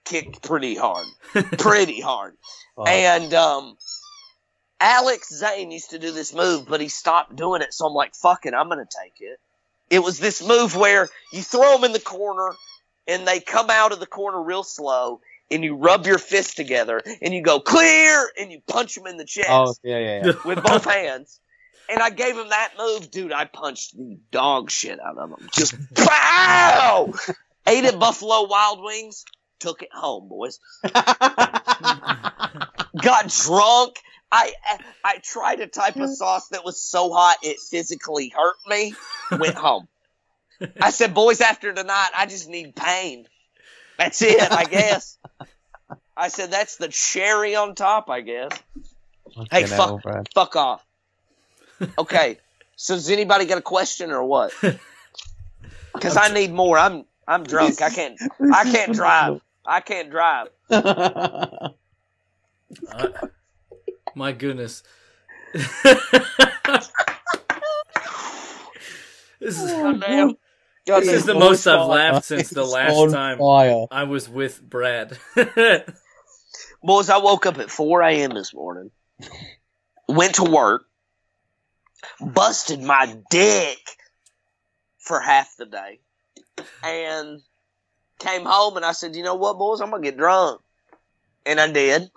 S3: kicked pretty hard, pretty hard.
S1: Oh,
S3: And um, Alex Zane used to do this move, but he stopped doing it. So I'm like, fuck it, I'm going to take it. It was this move where you throw them in the corner and they come out of the corner real slow and you rub your fist together and you go clear and you punch them in the chest
S1: oh yeah, yeah, yeah.
S3: with both hands. And I gave him that move, dude. I punched the dog shit out of him. Just pow! Ate at Buffalo Wild Wings, took it home, boys. Got drunk. I I tried a type of sauce that was so hot it physically hurt me. Went home. I said, boys, after tonight, I just need pain. That's it, I guess. I said, that's the cherry on top, I guess. Hey,
S1: Fucking
S3: fuck.
S1: hell, Brad.
S3: Fuck off. Okay. so does anybody got a question or what? Because I need more. I'm I'm drunk. I can't I can't drive. I can't drive.
S2: My goodness. this is
S3: Goddamn.
S2: Oh, this is the most I've laughed since the
S1: It's
S2: last
S1: on
S2: time
S1: Fire.
S2: I was with Brad.
S3: Boys, I woke up at 4 a.m. this morning, went to work, busted my dick for half the day, and came home and I said, you know what, boys, I'm going to get drunk. And I did.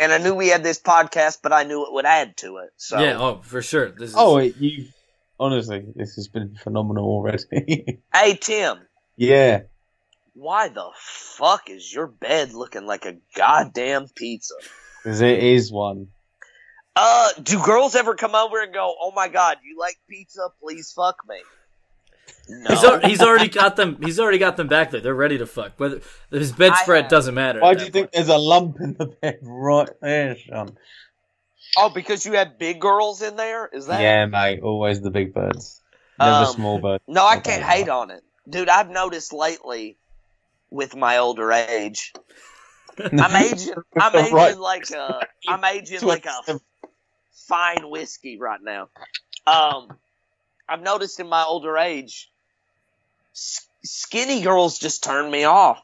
S3: And I knew we had this podcast, but I knew it would add to it. So
S2: Yeah, oh, for sure. This is
S1: Oh, it, you. Honestly, this has been phenomenal already.
S3: Hey Tim,
S1: yeah.
S3: why the fuck is your bed looking like a goddamn pizza?
S1: 'Cause it is one.
S3: Uh, do girls ever come over and go, "Oh my god, you like pizza? Please fuck me."
S2: He's, al-
S3: No,
S2: he's already got them. He's already got them back there. They're ready to fuck. Whether his bedspread
S3: have-
S2: doesn't matter. at
S1: Why do
S2: that
S1: you think there's a lump in the bed right there, Sean?
S3: oh, because you have big girls in there. Is that?
S1: Yeah, mate. Always the big birds. Never
S3: Um,
S1: small birds.
S3: No, I
S1: Okay.
S3: can't hate on it, dude. I've noticed lately, with my older age, I'm aging. I'm aging
S1: Right.
S3: like a. I'm aging
S1: To
S3: like a fine whiskey right now. Um, I've noticed in my older age, s- skinny girls just turn me off.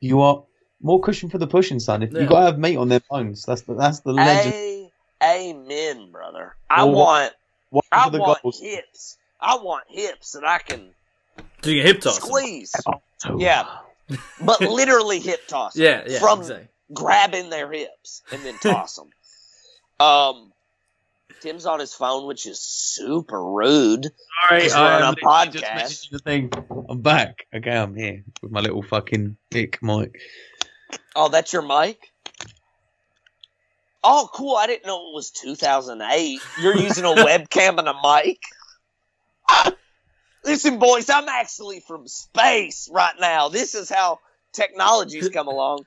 S1: You are more cushion for the pushing, son. If
S2: Yeah.
S1: you gotta have meat on their bones, that's the that's the legend.
S3: A- amen, brother. I
S1: Well,
S3: want.
S1: One
S3: I
S1: for the
S3: want
S1: goals.
S3: hips. I want hips that I can
S2: Do you hip toss? him?
S3: squeeze,
S1: So-
S3: Yeah. but literally hip toss. 'em.
S2: Yeah, yeah,
S3: From
S2: exactly.
S3: grabbing their hips and then toss them. um, Tim's on his phone, which is super rude.
S1: Sorry,
S3: Just
S2: uh,
S3: we're on
S1: I
S3: a
S1: am literally just
S3: podcast.
S1: messaging the thing. I'm back. Okay, I'm here with my little fucking dick mic.
S3: Oh, that's your mic. Oh, cool! I didn't know it was 2008. You're using a webcam and a mic. Listen, boys, I'm actually from space right now. This is how technology's come along.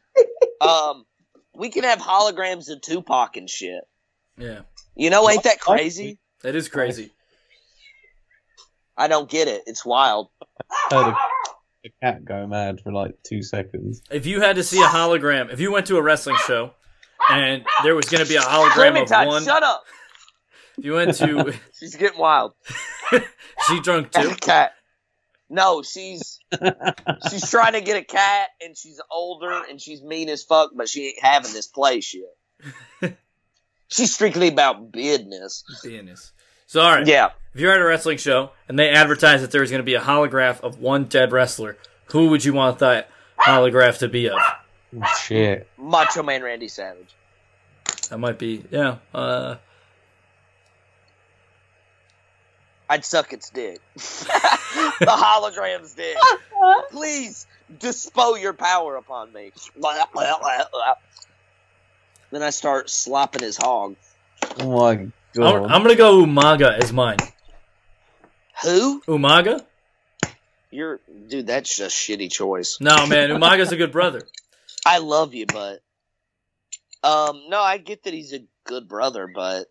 S3: Um, we can have holograms of Tupac and shit.
S2: Yeah,
S3: You know, ain't that crazy?
S2: that is crazy.
S3: I don't get it. It's wild.
S1: Heard a, a cat go mad for like two seconds.
S2: If you had to see a hologram, if you went to a wrestling show and there was going to be a hologram of
S3: Clementine,
S2: one,
S3: shut up.
S2: If you went to,
S3: She's getting wild.
S2: she drunk
S3: As
S2: too.
S3: a cat. No, she's she's trying to get a cat, and she's older, and she's mean as fuck, but she ain't having this place yet. she's strictly about business.
S2: Pianist. So all right,
S3: Yeah,
S2: if you're at a wrestling show and they advertise that there is going to be a holograph of one dead wrestler, who would you want that holograph to be of?
S1: Oh, shit.
S3: Macho Man Randy Savage.
S2: That might be yeah. Uh,
S3: I'd suck its dick. the hologram's dick. Please dispo your power upon me. Then I start slopping his hog.
S1: Oh my
S2: I'm,
S1: god.
S2: I'm gonna go Umaga as mine.
S3: Who?
S2: Umaga?
S3: You're dude, that's just shitty choice.
S2: No, man, Umaga's a good brother.
S3: I love you, but um no, I get that he's a good brother, but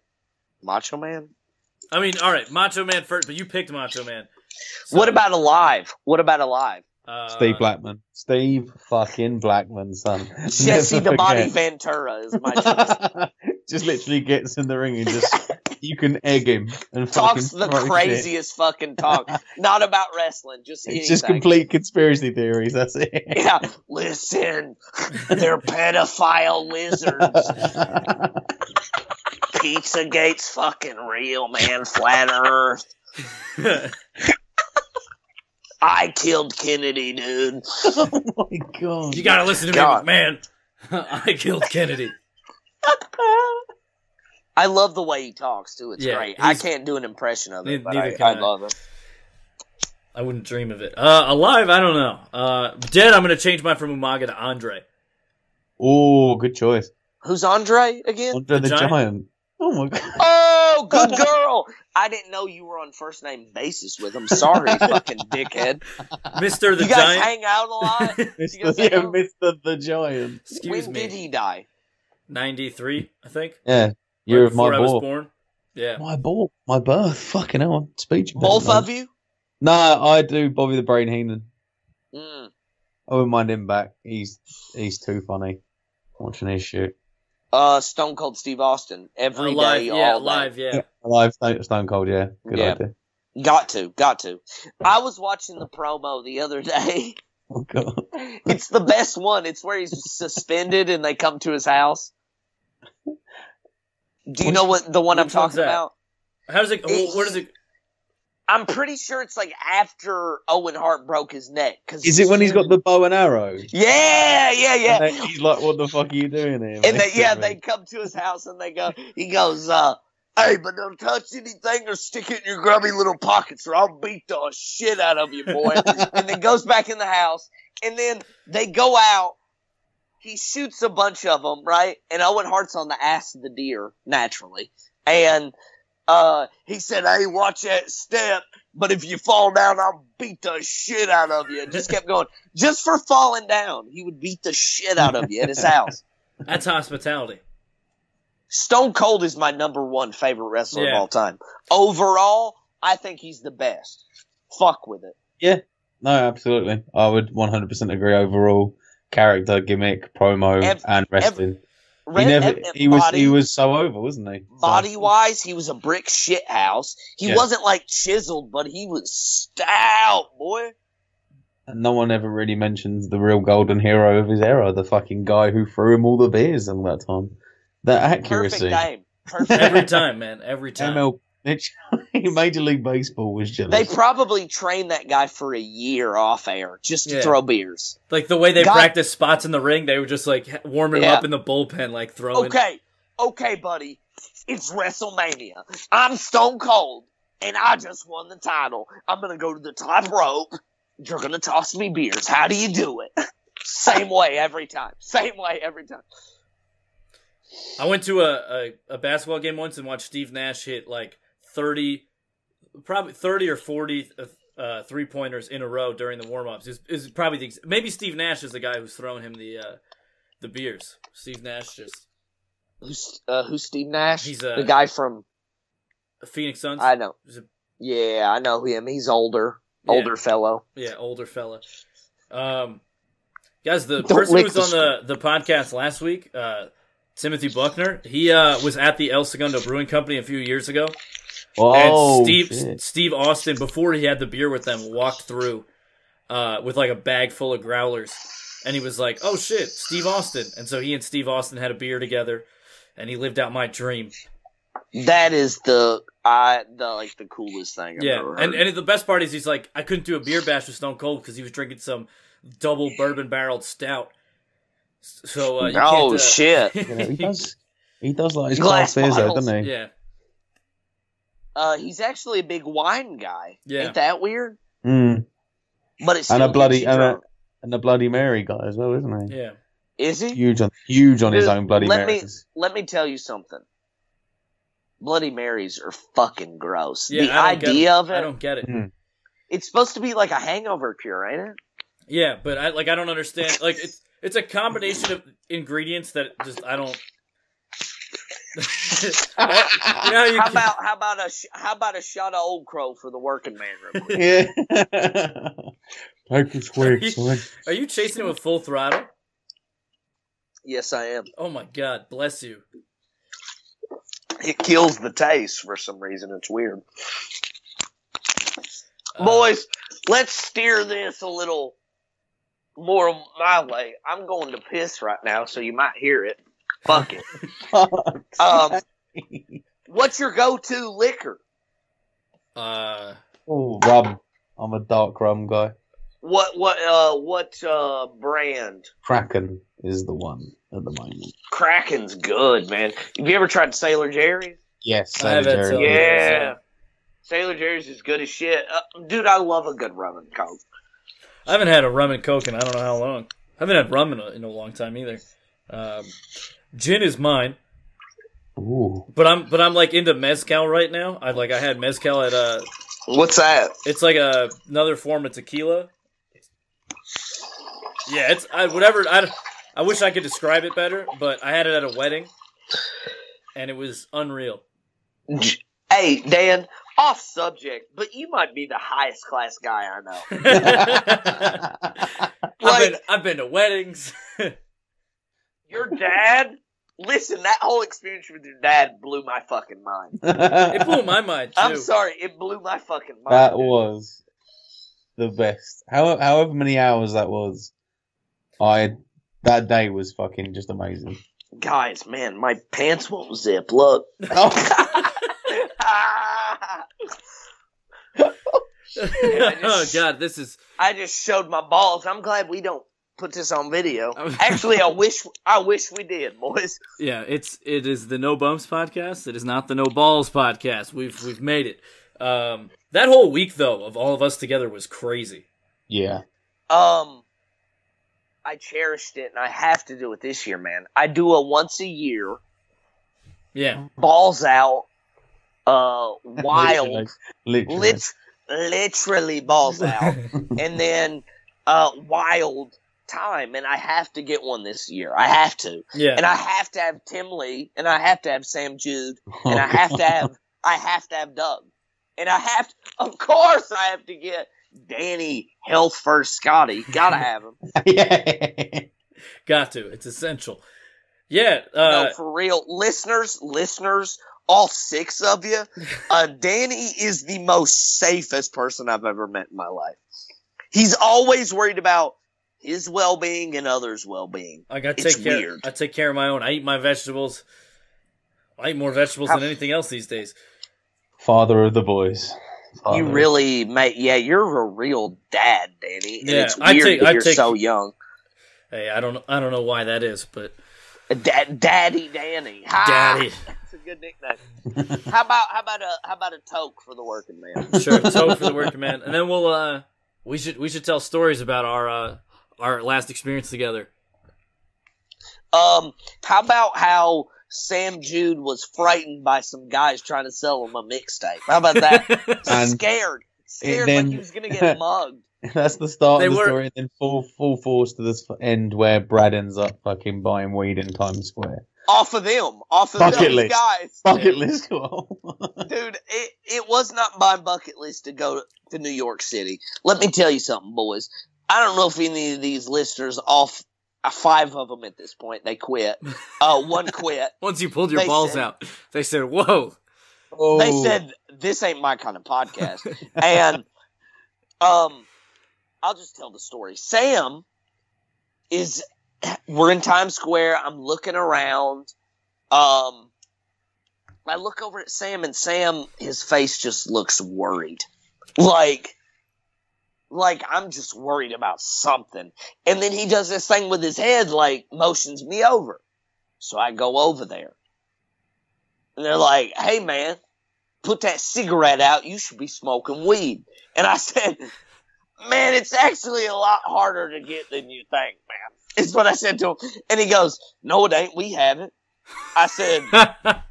S3: Macho Man?
S2: I mean, all right, Macho Man first, but you picked Macho Man. So,
S3: What about Alive? What about Alive?
S2: uh,
S1: Steve Blackman. Steve fucking Blackman, son.
S3: Jesse
S1: Never
S3: the Body
S1: forget.
S3: Ventura is my choice.
S1: just literally gets in the ring and just you can egg him and
S3: Talks
S1: fucking
S3: the
S1: throw shit.
S3: craziest fucking talk. Not about wrestling, just anything.
S1: It's just complete conspiracy theories. That's it.
S3: Yeah, listen, they're pedophile
S1: Oh
S3: lizards. Pizzagate's fucking real, man. Flat Earth. I killed Kennedy, dude.
S1: oh my god!
S2: you gotta listen to
S3: God.
S2: me, man. I killed Kennedy.
S3: I love the way he talks too. It's
S2: Yeah,
S3: great. I
S2: he's-
S3: can't do an impression of
S2: Neither-
S3: it, but
S2: neither
S3: I,
S2: can
S3: I
S2: I.
S3: love it.
S2: I wouldn't dream of it. Uh, alive, I don't know. Uh, dead, I'm gonna change mine from Umaga to Andre.
S1: oh, good choice.
S3: Who's Andre again?
S1: Andre
S2: The
S1: the,
S2: Giant?
S1: giant. Oh my god!
S3: Oh, good girl. I didn't know you were on first name basis with him. Sorry, fucking dickhead.
S2: Mister the
S3: you guys
S2: Giant.
S3: hang out a lot.
S1: Mr.
S3: say
S1: Yeah,
S3: no?
S1: Mr. the Giant.
S2: Excuse
S3: when
S2: me.
S3: did he die?
S2: 93, I think.
S1: Yeah, year
S2: Right
S1: of my
S2: before I was
S1: born.
S2: born. Yeah.
S1: My ball, my birth. Fucking hell, I'm speechless.
S3: Both
S1: man.
S3: of you?
S1: No, I do Bobby the Brain Heenan.
S3: Mm.
S1: I wouldn't mind him back. He's he's too funny. Watching his shit.
S3: Uh, Stone Cold Steve Austin every day,
S2: Alive, yeah,
S3: all
S2: alive, yeah.
S1: Alive, Stone, Stone Cold. Yeah, good
S3: Yeah.
S1: idea.
S3: day. Got to, got to. I was watching the promo the other day.
S1: Oh god.
S3: It's the best one. It's where he's suspended and they come to his house. Do you know what the one I'm
S2: Which one's
S3: talking
S2: that?
S3: about?
S2: How does it,
S3: It-
S2: what is it?
S3: I'm pretty sure it's like after Owen Hart broke his neck. Cause
S1: Is it when he's got the bow and arrow?
S3: Yeah, yeah, yeah.
S1: And they- he's like, "What the fuck are you doing here?"
S3: and they,
S1: mate?"
S3: yeah, they come to his house and they go, he goes, uh, hey, but don't touch anything or stick it in your grubby little pockets or I'll beat the shit out of you, boy. and then goes back in the house. And then they go out. He shoots a bunch of them, right? And Owen Hart's on the ass of the deer, naturally. And uh, he said, hey, watch that step. But if you fall down, I'll beat the shit out of you. And just kept going. Just for falling down, he would beat the shit out of you at his house.
S2: That's hospitality.
S3: Stone Cold is my number one favorite wrestler
S2: Yeah.
S3: of all time. Overall, I think he's the best. Fuck with it.
S1: No, absolutely. I would 100% agree overall. Character, gimmick, promo,
S3: Ev-
S1: and wrestling.
S3: Red-
S1: he never.
S3: and- and
S1: he was.
S3: body,
S1: He was so over, wasn't he? So-
S3: body wise, he was a brick shit house. He
S1: Yeah.
S3: wasn't like chiseled, but he was stout, boy.
S1: and no one ever really mentions the real golden hero of his era, the fucking guy who threw him all the beers in that time. That
S3: Perfect
S1: accuracy.
S3: name. Perfect.
S2: Every time, man. Every time.
S1: ML. Major League Baseball was
S3: they
S1: jealous.
S3: probably trained that guy for a year off air just to
S2: Yeah.
S3: throw beers.
S2: Like the way they
S3: God-
S2: practice spots in the ring, they were just like warming
S3: Yeah. Oh,
S2: up in the bullpen, like throwing.
S3: Okay, okay, buddy. It's WrestleMania. I'm Stone Cold, and I just won the title. I'm gonna go to the top rope. You're gonna toss me beers. How do you do it? Same way every time. Same way every time.
S2: I went to a, a, a basketball game once and watched Steve Nash hit like 30, probably 30 or 40 uh, uh, three pointers in a row during the warm ups. Is is probably the ex- maybe Steve Nash is the guy who's throwing him the uh, the beers. Steve Nash just
S3: Who's uh, who's Steve Nash?
S2: He's, uh,
S3: the guy from
S2: Phoenix Suns.
S3: I know.
S2: He's a-
S3: Yeah, I know him. He's older,
S2: Yeah.
S3: older fellow.
S2: Yeah, older fella. Um, guys, the
S3: Don't
S2: person who
S3: lick
S2: was
S3: the
S2: on the, the podcast last week, uh, Timothy Buckner. He uh, was at the El Segundo Brewing Company a few years ago,
S1: Oh,
S2: and Steve
S1: shit.
S2: Steve Austin before he had the beer with them walked through uh, with like a bag full of growlers, and he was like, "Oh shit, Steve Austin!" And so he and Steve Austin had a beer together, and he lived out my dream.
S3: That is the I the like the coolest thing I've
S2: yeah,
S3: ever heard.
S2: and and the best part is he's like, I couldn't do a beer bash with Stone Cold because he was drinking some double bourbon barreled stout. So uh, you
S3: oh
S2: can't, uh,
S3: shit!
S1: You know, he does. He does like his
S3: Glass
S1: craft beers, though,
S3: bottles.
S1: doesn't he?
S2: yeah,
S3: Uh, he's actually a big wine guy.
S2: Yeah.
S3: Ain't that weird?
S1: Mm.
S3: But it's
S1: And a
S3: still
S1: bloody-
S3: gets you
S1: and a-
S3: drunk.
S1: And the Bloody Mary guy as well, isn't he?
S2: yeah.
S3: is he?
S1: Huge on huge on his
S3: Dude,
S1: own Bloody
S3: let me-
S1: Marys.
S3: Let me tell you something. Bloody Marys are fucking gross.
S2: Yeah,
S3: the
S2: I don't get
S3: idea of
S2: I
S3: it,
S2: don't get it.
S3: it's supposed to be like a hangover cure, ain't it?
S2: Yeah, but I like I don't understand. Like it's it's a combination of ingredients that just I don't. I- you know, you
S3: How
S2: can-
S3: about how about a sh- how about a shot of Old Crow for the working man? Real quick?
S1: Yeah. Take this week, son.
S2: are you chasing it with full throttle?
S3: yes, I am.
S2: Oh my god, bless you.
S3: It kills the taste for some reason. It's weird.
S2: Uh,
S3: Boys, let's steer this a little more my way. I'm going to piss right now, so you might hear it. Fuck it. Um, what's your go-to liquor?
S2: Uh,
S1: Oh, rum. I'm a dark rum guy.
S3: What what uh what uh brand?
S1: Kraken is the one at the moment.
S3: Kraken's good, man. Have you ever tried Sailor Jerry's?
S1: Oh, Yes,
S2: I have
S1: Sailor
S2: had
S1: Jerry.
S2: some.
S3: Yeah. Sailor Jerry's is good as shit. Uh, dude, I love a good rum and coke.
S2: I haven't had a rum and coke in I don't know how long. I haven't had rum in a, in a long time either. Um, gin is mine,
S1: Ooh.
S2: but I'm but I'm like into mezcal right now. I like I had mezcal at uh,
S3: What's that?
S2: it's like a, another form of tequila. Yeah, it's I, whatever. I, I wish I could describe it better, but I had it at a wedding, and it was unreal.
S3: J- Hey, Dan, off subject, but you might be the highest class guy I know.
S2: I've, been, I've been to weddings.
S3: Your dad? Listen, that whole experience with your dad blew my fucking mind.
S2: It blew my mind too.
S3: I'm sorry, it blew my fucking mind.
S1: That
S3: dude.
S1: was the best. How however many hours that was, I that day was fucking just amazing.
S3: Guys, man, my pants won't zip. Look.
S1: Oh,
S2: oh god, this is
S3: I just showed my balls. I'm glad we don't put this on video.
S2: Oh.
S3: Actually, I wish I wish we did, boys.
S2: yeah. It's it is the No Bumps podcast. It is not the No Balls podcast. We've we've made it. Um, that whole week though of all of us together was crazy.
S1: yeah.
S3: Um, I cherished it, and I have to do it this year, man. I do a once a year
S2: Yeah,
S3: balls out, uh, wild,
S1: Literally.
S3: lit- literally balls out, and then uh, wild time. And I have to get one this year. I have to,
S2: yeah.
S3: and I have to have Tim Lee, and I have to have Sam Jude. and I have to
S2: Oh,
S3: have I have to have Doug, and I have to, of course I have to get Danny Health First Scotty. Gotta have him.
S1: yeah.
S2: Got to. It's essential. Yeah.
S3: no,
S2: Uh,
S3: for real, listeners, listeners, all six of you. Uh, Danny is the most safest person I've ever met in my life. He's always worried about his well being and others' well being.
S2: I got to
S3: it's
S2: take care.
S3: weird.
S2: I take care of my own. I eat my vegetables. I eat more vegetables
S3: How-
S2: than anything else these days.
S1: Father of the boys. Father
S3: You
S1: of-
S3: really, mate. Yeah, you're a real dad, Danny. And
S2: Yeah,
S3: it's
S2: I
S3: weird
S2: take-
S3: that
S2: I
S3: you're
S2: take-
S3: so young.
S2: Hey, I don't. I don't know why that is, but
S3: Da- Daddy Danny. Ha!
S2: Daddy.
S3: That's a good nickname. how about how about a how about a toke for the working man?
S2: sure. So for the work, man. And then we'll. uh We should. We should tell stories about our uh our last experience together.
S3: Um, how about how Sam Jude was frightened by some guys trying to sell him a mixtape? How about that?
S1: And-
S3: scared, scared
S1: then-
S3: like he was gonna get mugged.
S1: That's the start
S2: They
S1: of the
S2: were-
S1: story, and then full full force to this end where Brad ends up fucking buying weed in Times Square.
S3: Off of them, off of
S1: Bucket
S3: those
S1: list.
S3: guys,
S1: Bucket list goal.
S3: dude. It it was not my bucket list to go to New York City. Let me tell you something, boys. I don't know if any of these listeners off uh, five of them at this point. They quit. Uh, one quit.
S2: Once you pulled your
S3: They
S2: balls
S3: said-
S2: out, they said, "Whoa,
S1: Oh,
S3: They said this ain't my kind of podcast. and um, I'll just tell the story. Sam is. We're in Times Square. I'm looking around. Um, I look over at Sam, and Sam, his face just looks worried. Like. Like I'm just worried about something, and then he does this thing with his head, like motions me over. So I go over there, and they're like, "Hey, man, put that cigarette out, you should be smoking weed. And I said, Man, it's actually a lot harder to get than you think, man. Is what I said to him. And he goes, No, it ain't. We have it. I said,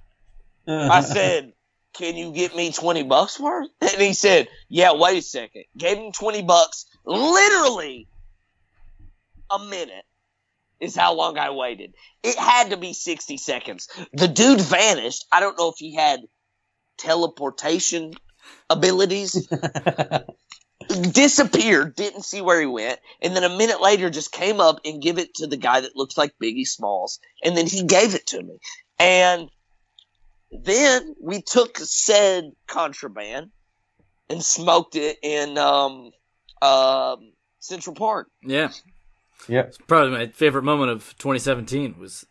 S3: I said, Can you get me 20 bucks worth? And he said, Yeah, wait a second. Gave him 20 bucks. Literally a minute is how long I waited. It had to be 60 seconds. The dude vanished. I don't know if he had teleportation abilities. Disappeared, didn't see where he went, and then a minute later just came up and give it to the guy that looks like Biggie Smalls, and then he gave it to me. And then we took said contraband and smoked it in um, um, Central Park.
S2: yeah,
S1: Yeah.
S2: It's probably my favorite moment of 2017 was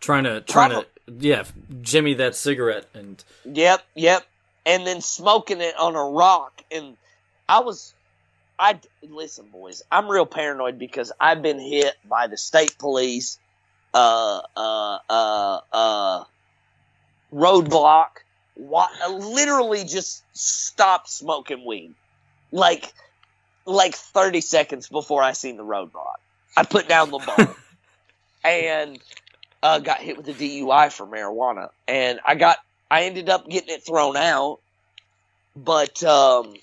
S2: trying to trying to yeah, Jimmy that cigarette and
S3: Yep, yep. And then smoking it on a rock. And I was, I listen, boys. I'm real paranoid because I've been hit by the state police, uh, uh, uh, uh, roadblock. Wa- literally just stopped smoking weed, like, like 30 seconds before I seen the roadblock. I put down the bowl and uh, got hit with a DUI for marijuana, and I got I ended up getting it thrown out, but um,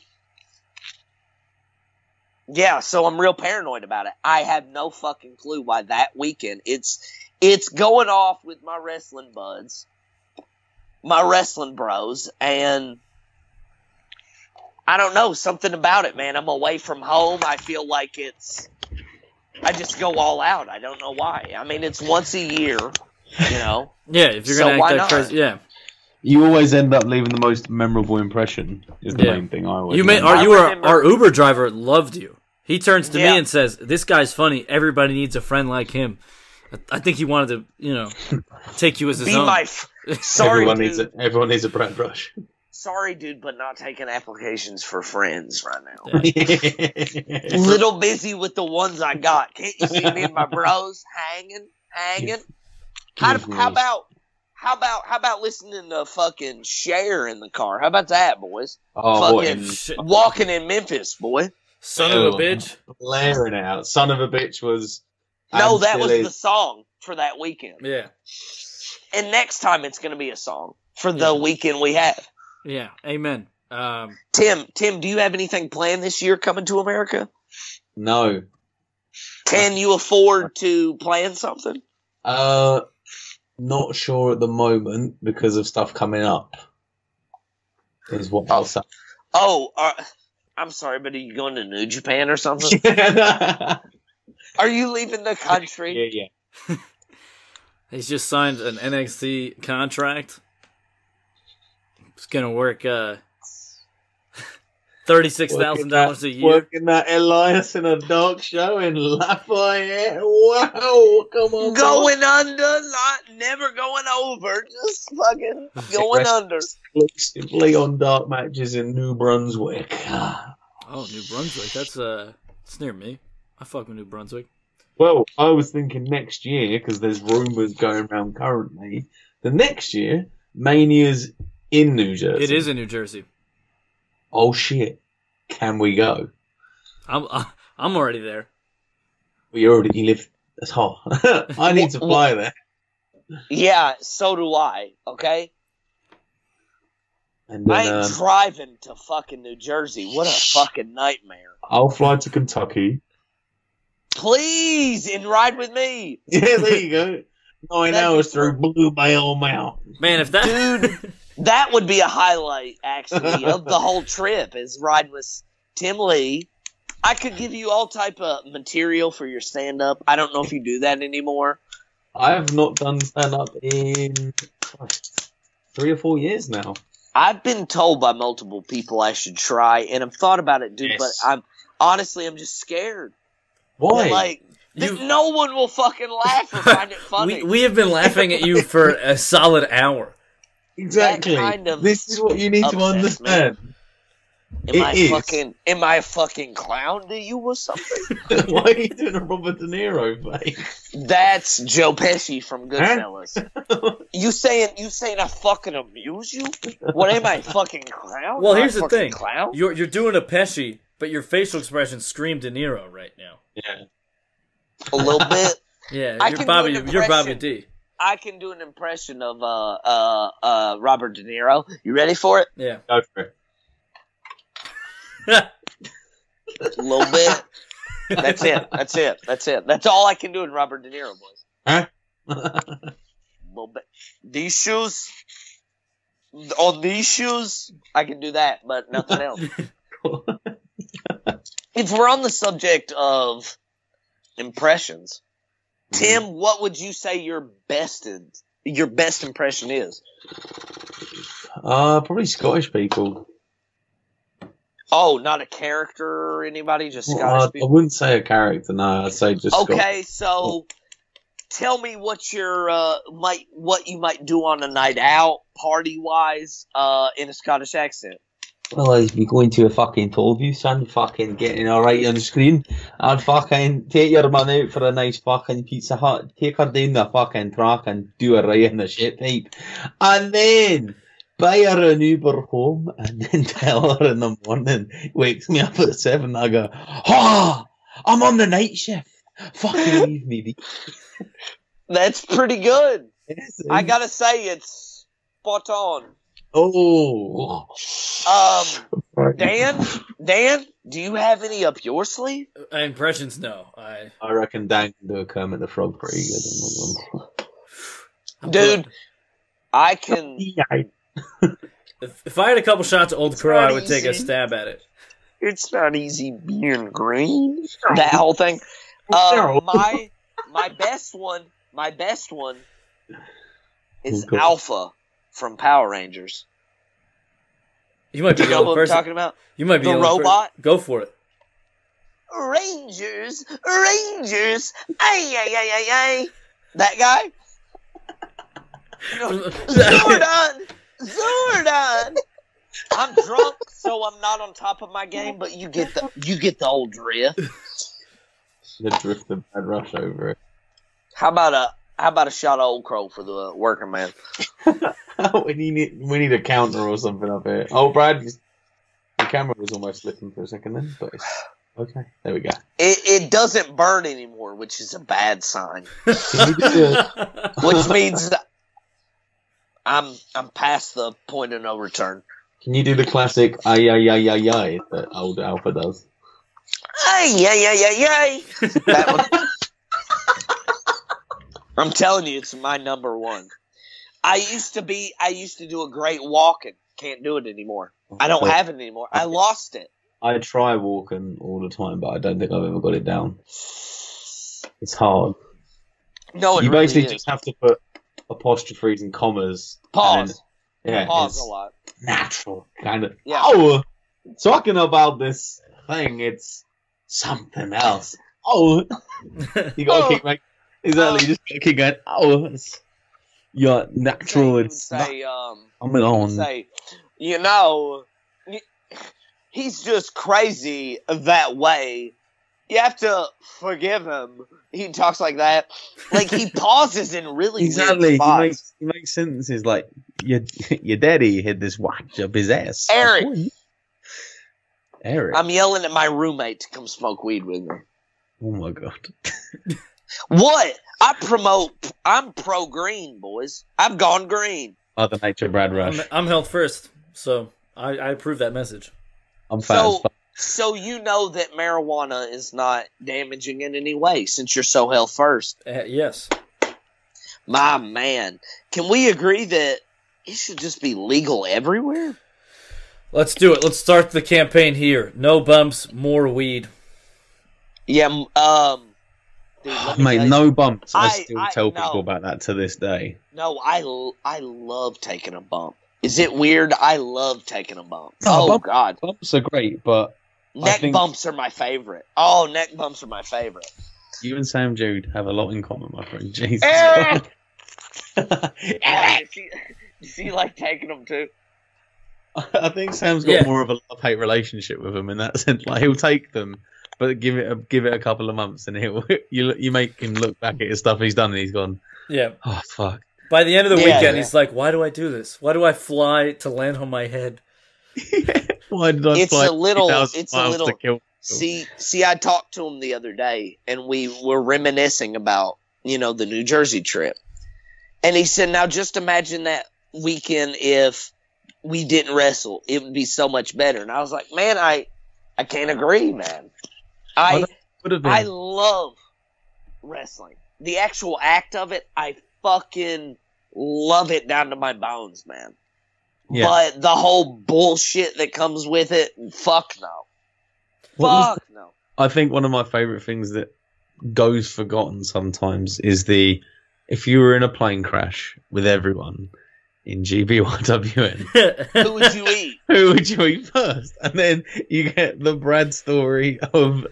S3: yeah. So I'm real paranoid about it. I have no fucking clue why that weekend it's it's going off with my wrestling buds, my wrestling bros, and I don't know something about it, man. I'm away from home. I feel like it's I just go all out. I don't know why. I mean, it's once a year, you know.
S2: yeah, if you're
S3: So
S2: gonna
S3: why
S2: act that
S3: not?
S2: crazy, yeah,
S1: You always end up leaving the most memorable impression. Is the
S2: Yeah.
S1: main thing I always.
S2: you may
S1: remember.
S2: our, you
S3: I
S2: were
S3: remember-
S2: our Uber driver loved you. He turns to
S3: Yeah.
S2: me and says, "This guy's funny. Everybody needs a friend like him." I, I think he wanted to, you know, take you as his
S3: Be
S2: own.
S3: my f- sorry,
S4: everyone
S3: dude.
S4: needs a, everyone needs a Brad Rush.
S3: Sorry, dude, but not taking applications for friends right now.
S2: Yeah.
S3: Little busy with the ones I got. Can't you see me and my bros hanging, hanging? How,
S1: Give me-
S3: how about, how about, how about listening to fucking Cher in the car? How about that, boys?
S1: Oh boy,
S3: fucking-
S1: and
S2: Shit.
S3: Walking in Memphis, boy.
S2: Son of a
S4: Oh.
S2: bitch.
S4: blaring it out. Son of a bitch was.
S3: No,
S4: and
S3: that
S4: still
S3: was
S4: is.
S3: the song for that weekend.
S2: Yeah.
S3: And next time it's gonna be a song for the
S2: Yeah.
S3: weekend we have.
S2: Yeah. Amen. Um,
S3: Tim, Tim, do you have anything planned this year coming to America?
S1: no.
S3: Can you afford to plan something?
S1: Uh, not sure at the moment because of stuff coming up. Is what I'll say.
S3: Oh, are, I'm sorry, but are you going to New Japan or something?
S1: yeah,
S3: are you leaving the country?
S1: yeah.
S2: he's just signed an NXT contract. It's gonna work uh thirty-six thousand dollars a year.
S4: Working that Elias in a dog show in Lafayette. Wow, come on.
S3: Going under, not never going over, just fucking going
S1: Rest-
S3: under.
S4: exclusively on dark matches in New Brunswick.
S2: Oh, New Brunswick. That's uh, it's near me. I fuck with New Brunswick.
S4: Well, I was thinking next year because there's rumours going around currently. The next year, Mania's in New Jersey.
S2: It is in New Jersey.
S4: Oh shit! Can we go?
S2: I'm I'm already there.
S4: We already you live. That's hot. I need to fly there.
S3: Yeah, so do I. Okay,
S4: And
S3: I
S4: then,
S3: ain't
S1: uh,
S4: um,
S3: driving to fucking New Jersey. What a fucking nightmare!
S4: I'll fly to Kentucky.
S3: Please and ride with me.
S4: Yeah, there you go. Nine
S3: That'd be
S4: hours through
S3: fun.
S4: Bluebell Mountain.
S2: Man, if that
S3: That would be a highlight, actually, of the whole trip is riding with Tim Lee I could give you all type of material for your stand up. I don't know if you do that anymore.
S1: I have not done stand up in Christ, three or four years now.
S3: I've been told by multiple people I should try, and I've thought about it, dude.
S1: Yes.
S3: But I'm honestly, I'm just scared.
S1: Why?
S3: Like, that
S2: You've-
S3: no one will fucking laugh or find it funny.
S2: We, we have been laughing at you for a solid hour.
S1: exactly.
S3: that kind of
S1: this is what you need to
S3: upsets me.
S1: understand.
S3: am I
S1: it is.
S3: fucking? Am I a fucking clown to you or something?
S1: Why are you doing a Robert De Niro face?
S3: That's Joe Pesci from Goodfellas. you saying you saying I fucking amuse you? What am I a fucking clown?
S2: Well,
S3: Am I a
S2: here's the
S3: fucking
S2: thing.
S3: clown.
S2: You're you're doing a Pesci, but your facial expression screamed De Niro right now.
S1: Yeah.
S3: A little bit.
S2: Yeah,
S3: I
S2: you're
S3: can
S2: Bobby.
S3: do an
S2: You're Bobby
S3: impression.
S2: D.
S3: I can do an impression of uh uh uh Robert De Niro. You ready for it?
S2: Yeah.
S1: Go for it.
S3: A little bit. That's it. That's it. That's it. That's all I can do in Robert De Niro, boys. A little bit. These shoes. On these shoes, I can do that, but nothing else. if we're on the subject of impressions,
S1: Mm-hmm.
S3: Tim, what would you say your best your best impression is?
S1: uh, probably Scottish people.
S3: Oh, not a character or anybody, just
S1: Well, uh,
S3: Scottish
S1: I, I
S3: people.
S1: wouldn't say a character, no. I'd say just Scottish.
S3: Okay, so tell me what your uh, might what you might do on a night out, party wise, uh, in a Scottish accent.
S1: Well, I'd be going to a fucking toll view, son, fucking getting alright on the screen. I'd fucking take your man out for a nice fucking pizza hut, take her down the fucking track and do her right in the shit pipe. And then buy her an Uber home and then tell her in the morning, wakes me up at seven, I go, Ha! I'm on the night shift. Fucking leave me be.
S3: That's pretty good.
S1: eh?
S3: I gotta say, it's spot on.
S1: Oh.
S3: Um, Dan, Dan, do you have any up your sleeve?
S2: Uh, Impressions? No. I
S1: I reckon Dan can do a Kermit the Frog pretty good.
S3: Dude, I can.
S2: If, if I had a couple shots of Old Crow,
S3: not
S2: I would take a
S3: easy.
S2: stab at it.
S3: It's not easy being green. That whole thing. Uh,
S1: No.
S3: my my best one. My best one is
S1: Okay.
S3: Alpha from Power Rangers.
S2: You might be
S3: Do you
S2: the
S3: know
S2: only
S3: what I'm
S2: person.
S3: talking about?
S2: You might be
S3: The
S2: the, only person-
S3: robot?
S2: Go for it.
S3: Rangers, Rangers. Ay ay ay ay ay. That guy. You know, Zordon! Zordon! I'm drunk, so I'm not on top of my game, but you get the you get the old drift.
S1: The drift the bad rush over it.
S3: How about a how about a shot of old crow for the working man?
S1: we need we need a counter or something up here. Oh, Brad, you- the camera was almost slipping for a second then, but it's, okay. There we go.
S3: It it doesn't burn anymore, which is a bad sign.
S1: Can you do a-
S3: Which means that I'm I'm past the point of no return.
S1: can you do the classic ay ay ay ay ay that old Alpha does?
S3: Ay yay yay yay yay. That one. I'm telling you, it's my number one. I used to be. I used to do a great walking. Can't do it anymore. I don't have it anymore. I lost it.
S1: I try walking all the time, but I don't think I've ever got it down. It's hard.
S3: No, Oh, it
S1: you
S3: really
S1: basically
S3: is.
S1: just have to put apostrophes and commas.
S3: pause.
S1: And, yeah,
S3: pause
S1: it's
S3: a lot.
S1: natural kind of.
S3: Yeah.
S1: Oh, talking about this thing, it's something else. Oh, You gotta
S3: Oh.
S1: keep making exactly. You just gotta keep going. Oh, it's your natural.
S3: Say-
S1: It's not
S3: say, um,
S1: coming on.
S3: say, you know, y- he's just crazy that way. You have to forgive him. He talks like that. Like he pauses in really
S1: Exactly.
S3: weird
S1: He
S3: spots.
S1: makes, he makes sentences like your your daddy had this watch up his ass.
S3: Eric.
S1: Like, what? Eric.
S3: I'm yelling at my roommate to come smoke weed with me.
S1: oh my god.
S3: What? I promote. I'm pro green, boys. I've gone green.
S1: Mother Nature, Brad Rush.
S2: I'm, I'm health first, so I, I approve that message.
S1: I'm fat as
S3: So,
S1: fuck.
S3: so you know that marijuana is not damaging in any way since you're so health first.
S2: Uh, yes.
S3: My man, can we agree that it should just be legal everywhere?
S2: Let's do it. Let's start the campaign here. No bumps, more weed.
S3: Yeah, m- um, dude, let me tell
S1: Mate,
S3: you-
S1: no bumps. I,
S3: I-
S1: still
S3: I-
S1: tell
S3: no.
S1: people about that to this day.
S3: No, I l- I love taking a bump. Is it weird? I love taking a bump.
S1: No,
S3: oh
S1: bump-
S3: God,
S1: Bumps are great, but
S3: neck
S1: think-
S3: bumps are my favorite. Oh, neck bumps are my favorite.
S1: you and Sam Jude have a lot in common, my friend. Jesus.
S3: Eh!
S1: I
S3: Oh, does, he, does he like taking them too?
S1: think Sam's got
S2: Yeah.
S1: more of a love hate relationship with him in that sense. Like he'll take them, but give it a, give it a couple of months, and he'll you you make him look back at his stuff he's done, and he's gone.
S5: Yeah.
S1: Oh fuck.
S5: By the end of the
S3: Yeah,
S5: weekend,
S3: yeah.
S5: he's like, "Why do I do this? Why do I fly to land on my head?"
S1: Why did I
S3: It's
S1: fly
S3: a little-
S1: 3,000
S3: it's a
S1: miles
S3: little-
S1: to kill?
S3: See, see, I talked to him the other day, and we were reminiscing about you know the New Jersey trip, and he said, "Now just imagine that weekend if we didn't wrestle, it would be so much better." And I was like, "Man, I, I can't agree, man. I,
S1: Well, Would have been.
S3: I love wrestling. The actual act of it, I fucking love it down to my bones, man.
S1: Yeah.
S3: But the whole bullshit that comes with it, fuck no.
S1: What was-
S3: fuck no.
S1: I think one of my favorite things that goes forgotten sometimes is the if you were in a plane crash with everyone in GBYWN,
S3: Who would you eat?
S1: who would you eat first? And then you get the Brad story of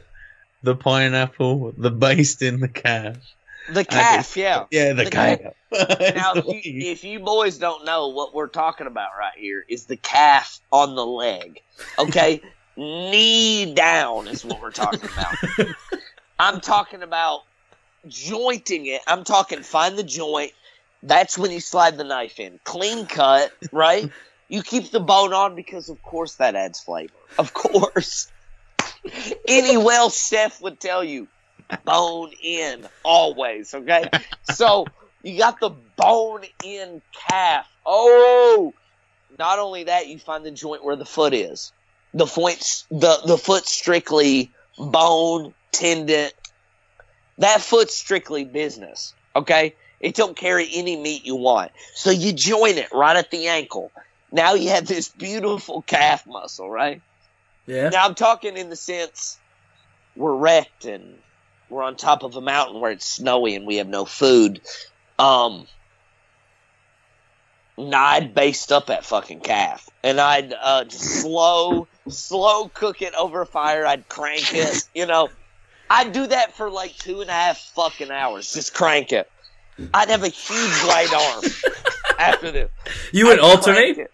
S1: the pineapple, the based in the calf.
S3: The calf, yeah.
S1: Yeah, the,
S3: The
S1: calf. It's
S3: Now,
S1: the
S3: if you,
S1: way-
S3: if you boys don't know what we're talking about right here, is the calf on the leg. Okay, knee down is what we're talking about. I'm talking about jointing it. I'm talking find the joint. That's when you slide the knife in. Clean cut, right? You keep the bone on because, of course, that adds flavor. Of course. Any well chef would tell you, bone in always. Okay, so. You got the bone in calf. Oh, not only that, you find the joint where the foot is. The foot, the the foot strictly bone tendon. That foot's strictly business. Okay, it don't carry any meat you want. So you join it right at the ankle. Now you have this beautiful calf muscle, right?
S5: yeah.
S3: Now I'm talking in the sense we're wrecked and we're on top of a mountain where it's snowy and we have no food. Um, nah, I'd based up that fucking calf and I'd uh, just slow, slow cook it over a fire. I'd crank it, you know. I'd do that for like two and a half fucking hours. Just crank it. I'd have a huge right arm after this.
S5: You would
S3: I'd
S5: alternate.
S3: crank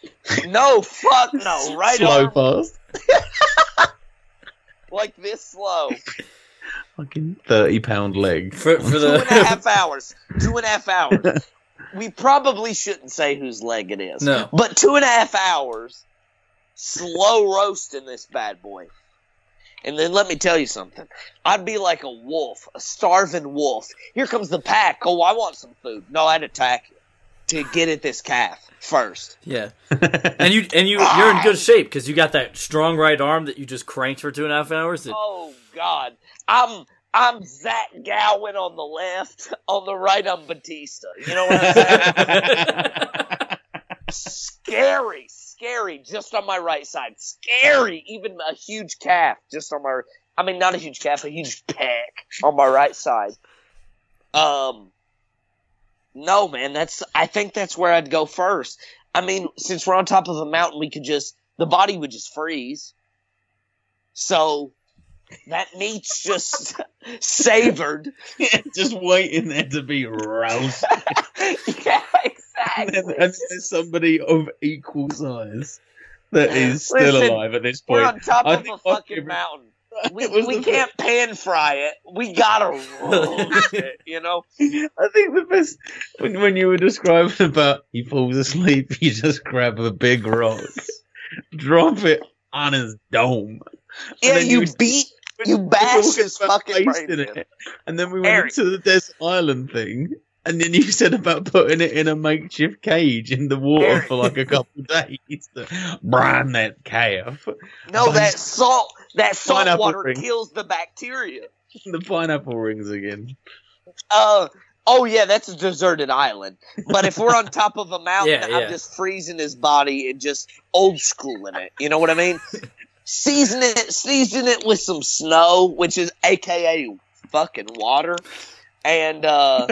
S3: it. No, fuck no. Right
S1: slow
S3: arm
S1: fast.
S3: like this slow.
S1: Fucking 30 pound leg.
S5: for, for
S3: Two and a
S5: the
S3: half hours. Two and a half hours. We probably shouldn't say whose leg it is.
S5: no
S3: But two and a half hours, slow roasting this bad boy. And then let me tell you something. I'd be like a wolf, a starving wolf. Here comes the pack. Oh, I want some food. No, I'd attack you to get at this calf first.
S5: yeah and you and you you're in good shape because you got that strong right arm that you just cranked for two and a half hours that,
S3: Oh God, I'm I'm Zach Gowen on the left, on the right I'm Batista. You know what I'm saying? scary, scary, just on my right side. Scary, even a huge calf just on my. I mean, not a huge calf, a huge pec on my right side. Um, no, man, that's. I think that's where I'd go first. I mean, since we're on top of a mountain, we could just the body would just freeze. So that meat's just savored.
S1: Just waiting there to be roused.
S3: yeah,
S1: and,
S3: exactly.
S1: then- and there's somebody of equal size that is still
S3: Listen,
S1: alive at this
S3: We're
S1: point.
S3: on top
S1: I
S3: of
S1: think
S3: a
S1: my
S3: fucking
S1: favorite-
S3: mountain. We,
S1: It was Oh,
S3: we
S1: the
S3: can't pan fry it. We gotta roast it, you know?
S1: I think the best when, when you were describing about he falls asleep, you just grab a big rock, drop it on his dome. and
S3: Yeah,
S1: then
S3: you
S1: would-
S3: beat
S1: would-
S3: you
S1: would
S3: bash
S1: walk
S3: his
S1: about
S3: fucking
S1: based
S3: brains
S1: in
S3: in.
S1: it. And then we
S3: Harry.
S1: went into the desert island thing. And then you said about putting it in a makeshift cage in the water
S3: Harry.
S1: for like a couple days to brine that calf.
S3: No,
S1: Bunch-
S3: that salt that salt
S1: Oh, Pineapple
S3: water
S1: ring.
S3: kills the bacteria.
S1: the pineapple rings again.
S3: Uh oh yeah, that's a deserted island. But if we're on top of a mountain,
S5: Yeah, yeah.
S3: I'm just freezing his body and just old schooling it. You know what I mean? season it, season it with some snow, which is AKA fucking water, and uh,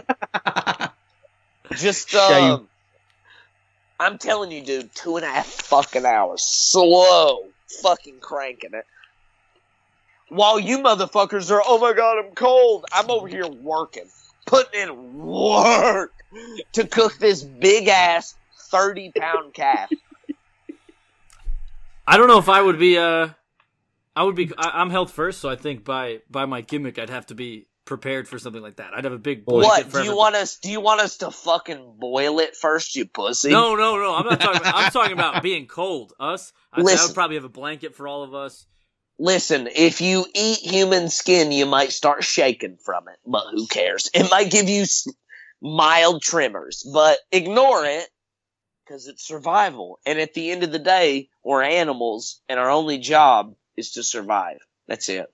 S3: just
S4: Shame.
S3: um, I'm telling you, dude, two and a half fucking hours, slow, fucking cranking it. While you motherfuckers are, oh my god, I'm cold. I'm over here working, putting in work to cook this big ass thirty pound calf.
S2: I don't know if I would be. Uh, I would be. I, I'm health first, so I think by by my gimmick, I'd have to be prepared for something like that. I'd have a big blanket.
S3: What
S2: for
S3: do you
S2: everything.
S3: want us? Do you want us to fucking boil it first, you pussy?
S2: No, no, no. I'm not talking. About, I'm talking about being cold. Us. I, I
S3: Listen.
S2: would probably have a blanket for all of us.
S3: Listen, if you eat human skin, you might start shaking from it, but who cares? It might give you s- mild tremors, but ignore it because it's survival. And at the end of the day, we're animals, and our only job is to survive. That's it.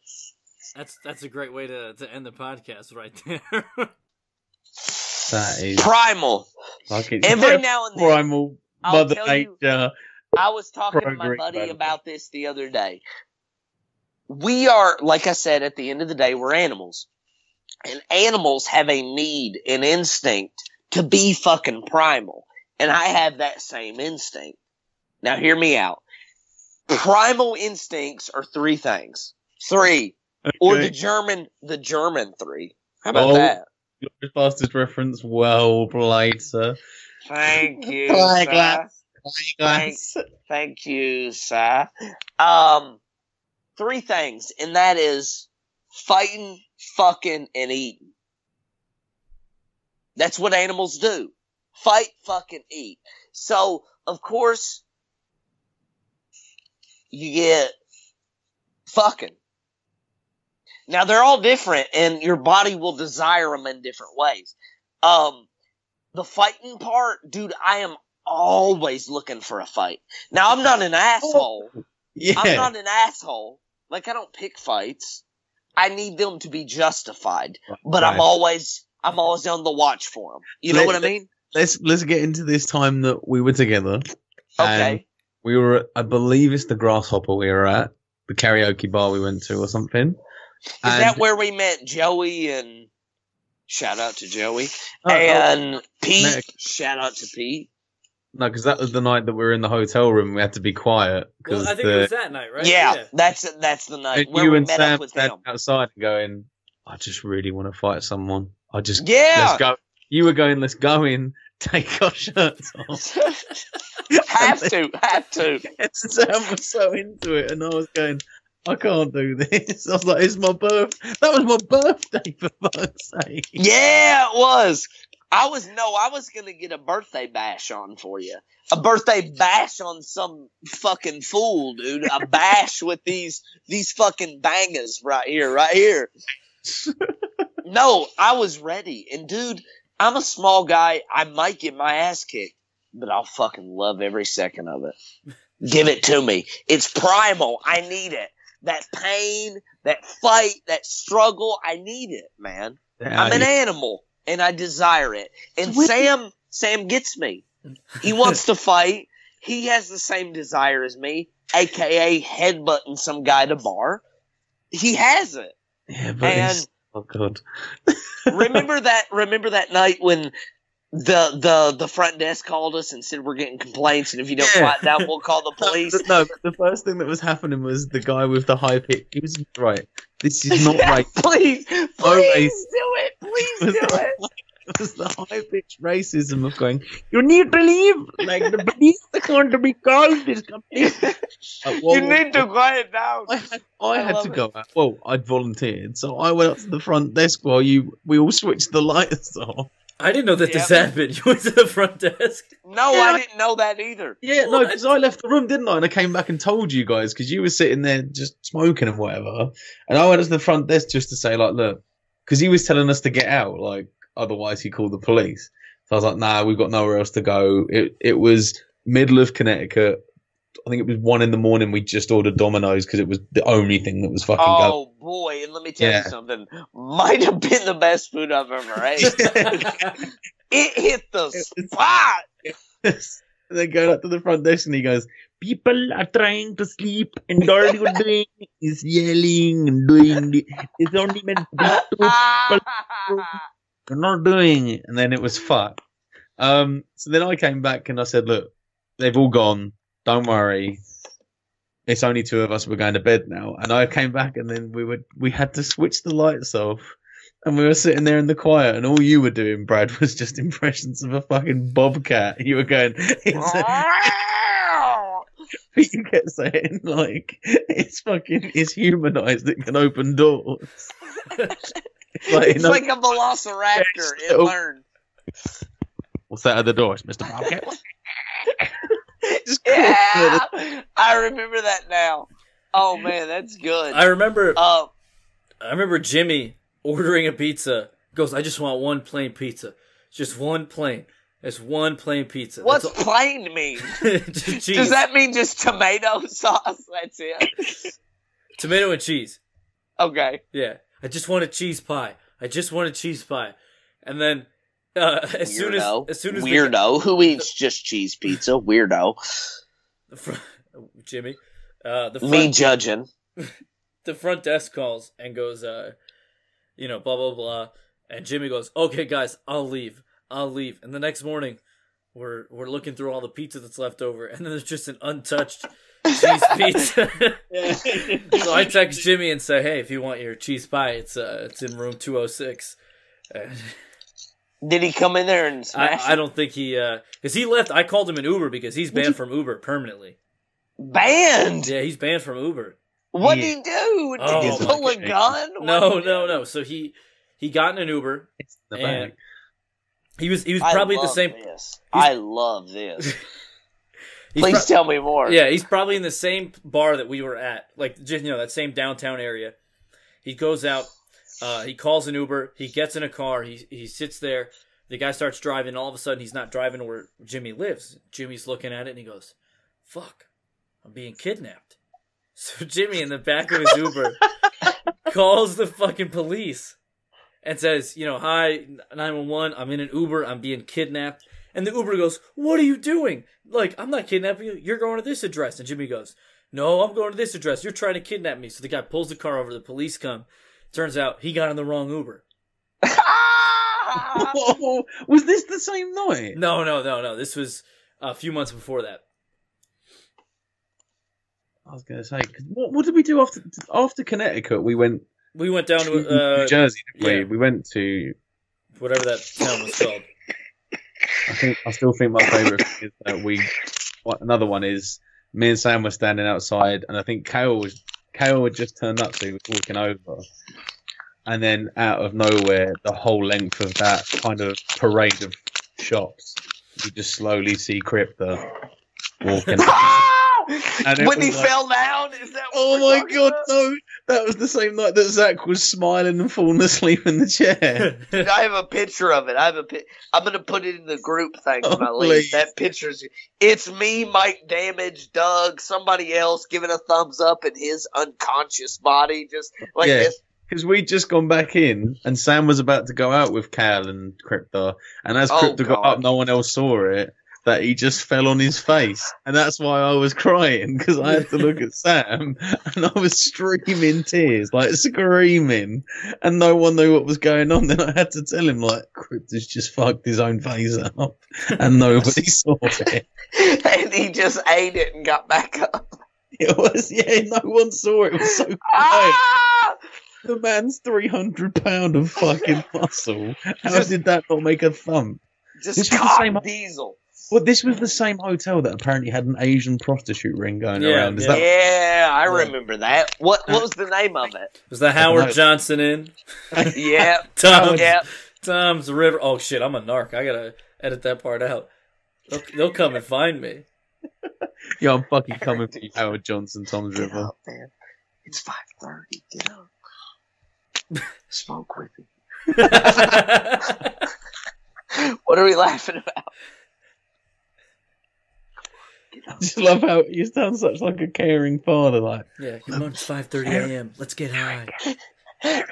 S2: That's that's a great way to to end the podcast right there.
S1: That is
S3: Primal.
S1: fucking
S3: Every now and then,
S1: primal
S3: I'll
S1: mother
S3: tell you-
S1: nature.
S3: I was talking to my
S1: Progress,
S3: buddy
S1: by the
S3: about this the other day. We are, like I said, at the end of the day, we're animals. And animals have a need, an instinct to be fucking primal. And I have that same instinct. Now, hear me out. Primal instincts are three things. Three. Or the
S1: Okay.
S3: German, the German three. How about
S1: Oh.
S3: that?
S1: Your fastest reference. Well played, sir.
S3: Thank you.
S1: Hi,
S3: sir.
S1: Glass.
S3: Thanks. Thank you, sir. Um, three things, and that is fighting, fucking, and eating. That's what animals do. Fight, fucking, eat. So, of course, you get fucking. Now, they're all different, and your body will desire them in different ways. Um, the fighting part, dude, I am always looking for a fight. Now, I'm not an asshole. I'm
S1: Yeah.
S3: not an asshole. Like I don't pick fights. I need them to be justified, but I'm
S1: Right.
S3: always I'm always on the watch for them. You know
S1: Let-
S3: what I mean?
S1: Let's let's get into this time that we were together. Um,
S3: Okay.
S1: we were, at, I believe, it's the Grasshopper we were at, the karaoke bar we went to, or something.
S3: Is
S1: and-
S3: that where we met Joey and shout out to Joey
S1: Oh, oh.
S3: and Pete?
S1: Nick.
S3: Shout out to Pete.
S1: No, because that was the night that we were in the hotel room. We had to be quiet
S5: Well,
S1: because
S5: I think it was
S1: the
S5: that night, right?
S3: Yeah, that's that's the night
S1: and
S3: where
S1: you
S3: we
S1: and
S3: met
S1: Sam
S3: up with him.
S1: standing outside and going, "I just really want to fight someone. I just
S3: Yeah.
S1: let's go." You were going, "Let's go in, take our shirts off."
S3: have to, have to.
S1: And Sam was so into it, and I was going, "I can't do this." I was like, "It's my birth. That was my birthday for fuck's sake."
S3: Yeah, it was. I was no, I was gonna get a birthday bash on for you. A birthday bash on some fucking fool, dude. A bash with these these fucking bangers right here, right here. no, I was ready, and dude, I'm a small guy. I might get my ass kicked, but I'll fucking love every second of it. Give it to me. It's primal. I need it. That pain, that fight, that struggle. I need it, man.
S1: Uh,
S3: I'm an animal and I desire it. And Sam Sam gets me. He wants to fight. He has the same desire as me, aka headbutting some guy at a bar. He has it.
S1: yeah, but
S3: And
S1: it's, oh god,
S3: remember that remember that night when the the the front desk called us and said we're getting complaints and if you don't
S1: Yeah.
S3: fight that we'll call the police.
S1: No, but the first thing that was happening was the guy with the high pitch. He was right. This is not right.
S3: please, please
S1: No race.
S3: do it. Please
S1: was
S3: do
S1: the-
S3: it.
S1: It was the high pitched racism of going, you need to leave. Like the police are going to be called this company. Like, well,
S3: You need to quiet down.
S1: I had, I
S3: I
S1: had
S3: love
S1: to
S3: it.
S1: go out. Well, I'd volunteered, so I went up to the front desk while you we all switched the lights off.
S5: I didn't know that this
S3: Yeah.
S5: happened. You went to the front desk.
S3: No, I didn't know that either.
S1: Yeah, no, because I left the room, didn't I? And I came back and told you guys because you were sitting there just smoking and whatever. And I went up to the front desk just to say, like, look, because he was telling us to get out, like, otherwise he called the police. So I was like, nah, we've got nowhere else to go. It it was middle of Connecticut. I think it was one in the morning. We just ordered Domino's because it was the only thing that was fucking going.
S3: Oh boy, and let me tell
S1: Yeah.
S3: you something. Might have been the best food I've ever ate. it hit the
S1: It was-
S3: spot.
S1: and then going up to the front desk and he goes, People are trying to sleep, and all you're doing is yelling and doing. The, it's only meant to be two you're not doing it. And then it was fuck. Um, so then I came back and I said, look, they've all gone. Don't worry. It's only two of us. We're going to bed now. And I came back and then we would we had to switch the lights off. And we were sitting there in the quiet, and all you were doing, Brad, was just impressions of a fucking bobcat. You were going, it's a, you kept saying, like, it's fucking, it's humanized. It can open doors. Like,
S3: it's
S1: no-
S3: like a velociraptor. It
S1: so-
S3: learned.
S1: What's that at the door? It's Mr. Bobcat.
S3: Yeah, I remember that now. Oh man, that's good.
S2: I remember
S3: Uh,
S2: I remember Jimmy ordering a pizza. Goes, I just want one plain pizza. Just one plain. It's one plain pizza. That's
S3: what's
S2: all-
S3: plain mean?
S2: Just cheese.
S3: Does that mean just tomato sauce? That's it.
S2: Tomato and cheese.
S3: Okay.
S2: Yeah. I just want a cheese pie. I just want a cheese pie. And then uh, as soon as
S3: Weirdo.
S2: as soon as the-
S3: weirdo who eats just cheese pizza, weirdo.
S2: the fr- Jimmy, uh, the
S3: Me
S2: front,
S3: judging.
S2: the front desk calls and goes, uh, you know, blah blah blah, and Jimmy goes, okay guys, I'll leave, I'll leave, and the next morning, we're we're looking through all the pizza that's left over, and then there's just an untouched cheese pizza. so I text Jimmy and say, hey, if you want your cheese pie, it's uh, it's in room two oh six.
S3: Did he come in there and smash?
S2: I, I don't think he, because he left. I called him an Uber because he's banned from Uber permanently.
S3: it? banned.
S2: Yeah, he's banned from Uber.
S3: What did he do? Did
S2: Oh,
S3: he
S2: my
S3: pull a
S1: goodness.
S3: gun? What
S2: No,
S3: did he
S2: no,
S3: do?
S2: no. So he he got in an Uber.
S1: It's in the
S2: And-
S1: bag.
S2: He was he was
S3: I
S2: probably at the
S3: love
S2: same.
S3: This. I love this.
S2: he's
S3: Please
S2: pro-
S3: tell me more.
S2: yeah, he's probably in the same bar that we were at, like just you know that same downtown area. He goes out, uh, he calls an Uber, he gets in a car, he he sits there. The guy starts driving. All of a sudden, he's not driving where Jimmy lives. Jimmy's looking at it and he goes, "Fuck, I'm being kidnapped." So Jimmy, in the back of his Uber, calls the fucking police and says, "You know, hi, nine one one. I'm in an Uber. I'm being kidnapped." And the Uber goes, What are you doing? Like, I'm not kidnapping you. You're going to this address. And Jimmy goes, No, I'm going to this address. You're trying to kidnap me. So the guy pulls the car over. The police come. Turns out he got in the wrong Uber.
S3: Ah!
S1: Whoa, was this the same night?
S2: No, no, no, no. This was a few months before that.
S1: I was going to say, 'cause what, what did we do after after Connecticut? We went
S2: We went down
S1: to
S2: to
S1: New
S2: uh,
S1: Jersey, didn't we?
S2: yeah.
S1: We went to.
S2: whatever that town was called.
S1: I think I still think my favorite thing is that we. What, another one is me and Sam were standing outside, and I think Kale was Kale had just turned up, so he was walking over, and then out of nowhere, the whole length of that kind of parade of shops, you just slowly see Crypta walking. And it
S3: when he
S1: was like-
S3: fell down, is that? What
S1: Oh
S3: we're
S1: my
S3: talking
S1: god,
S3: about?
S1: no! That was the same night that Zach was smiling and falling asleep in the chair.
S3: Dude, I have a picture of it. I have a pi- I'm gonna put it in the group thing
S1: Oh,
S3: when I leave.
S1: please.
S3: That picture's it's me, Mike Damage, Doug, somebody else giving a thumbs up in his unconscious body, just like
S1: Yeah.
S3: this.
S1: Because we'd just gone back in, and Sam was about to go out with Cal and Crypto, and as
S3: Oh,
S1: Crypto got
S3: God.
S1: up, no one else saw it. That he just fell on his face, and that's why I was crying because I had to look at Sam, and I was streaming tears, like screaming, and no one knew what was going on. Then I had to tell him, like, Crypto's just fucked his own face up, and nobody saw it.
S3: and he just ate it and got back up.
S1: It was, yeah, no one saw it. It was so quiet.
S3: Ah!
S1: The man's 300 pound of fucking muscle. How did that not make a thump?
S3: Just
S1: This was the
S3: cock
S1: same-
S3: diesel.
S1: Well, this was the same hotel that apparently had an Asian prostitute ring going
S2: Yeah,
S1: around. Is
S2: yeah.
S3: Yeah, I
S2: Yeah.
S3: remember that. What what was the name of it?
S2: was the Howard Johnson in?
S3: Yeah,
S2: Tom's,
S3: yeah.
S2: Tom's River. Oh, shit. I'm a narc. I got to edit that part out. They'll, they'll come and find me.
S1: that? Yeah, I'm fucking coming for you, Howard Johnson, Tom's
S3: Get
S1: River.
S3: up, man. It's five thirty. Get up. Smoke with me. What are we laughing about?
S1: I just love how you sound such like a caring father. Like,
S2: Yeah, come on, it's 5.30 a.m. Let's get high.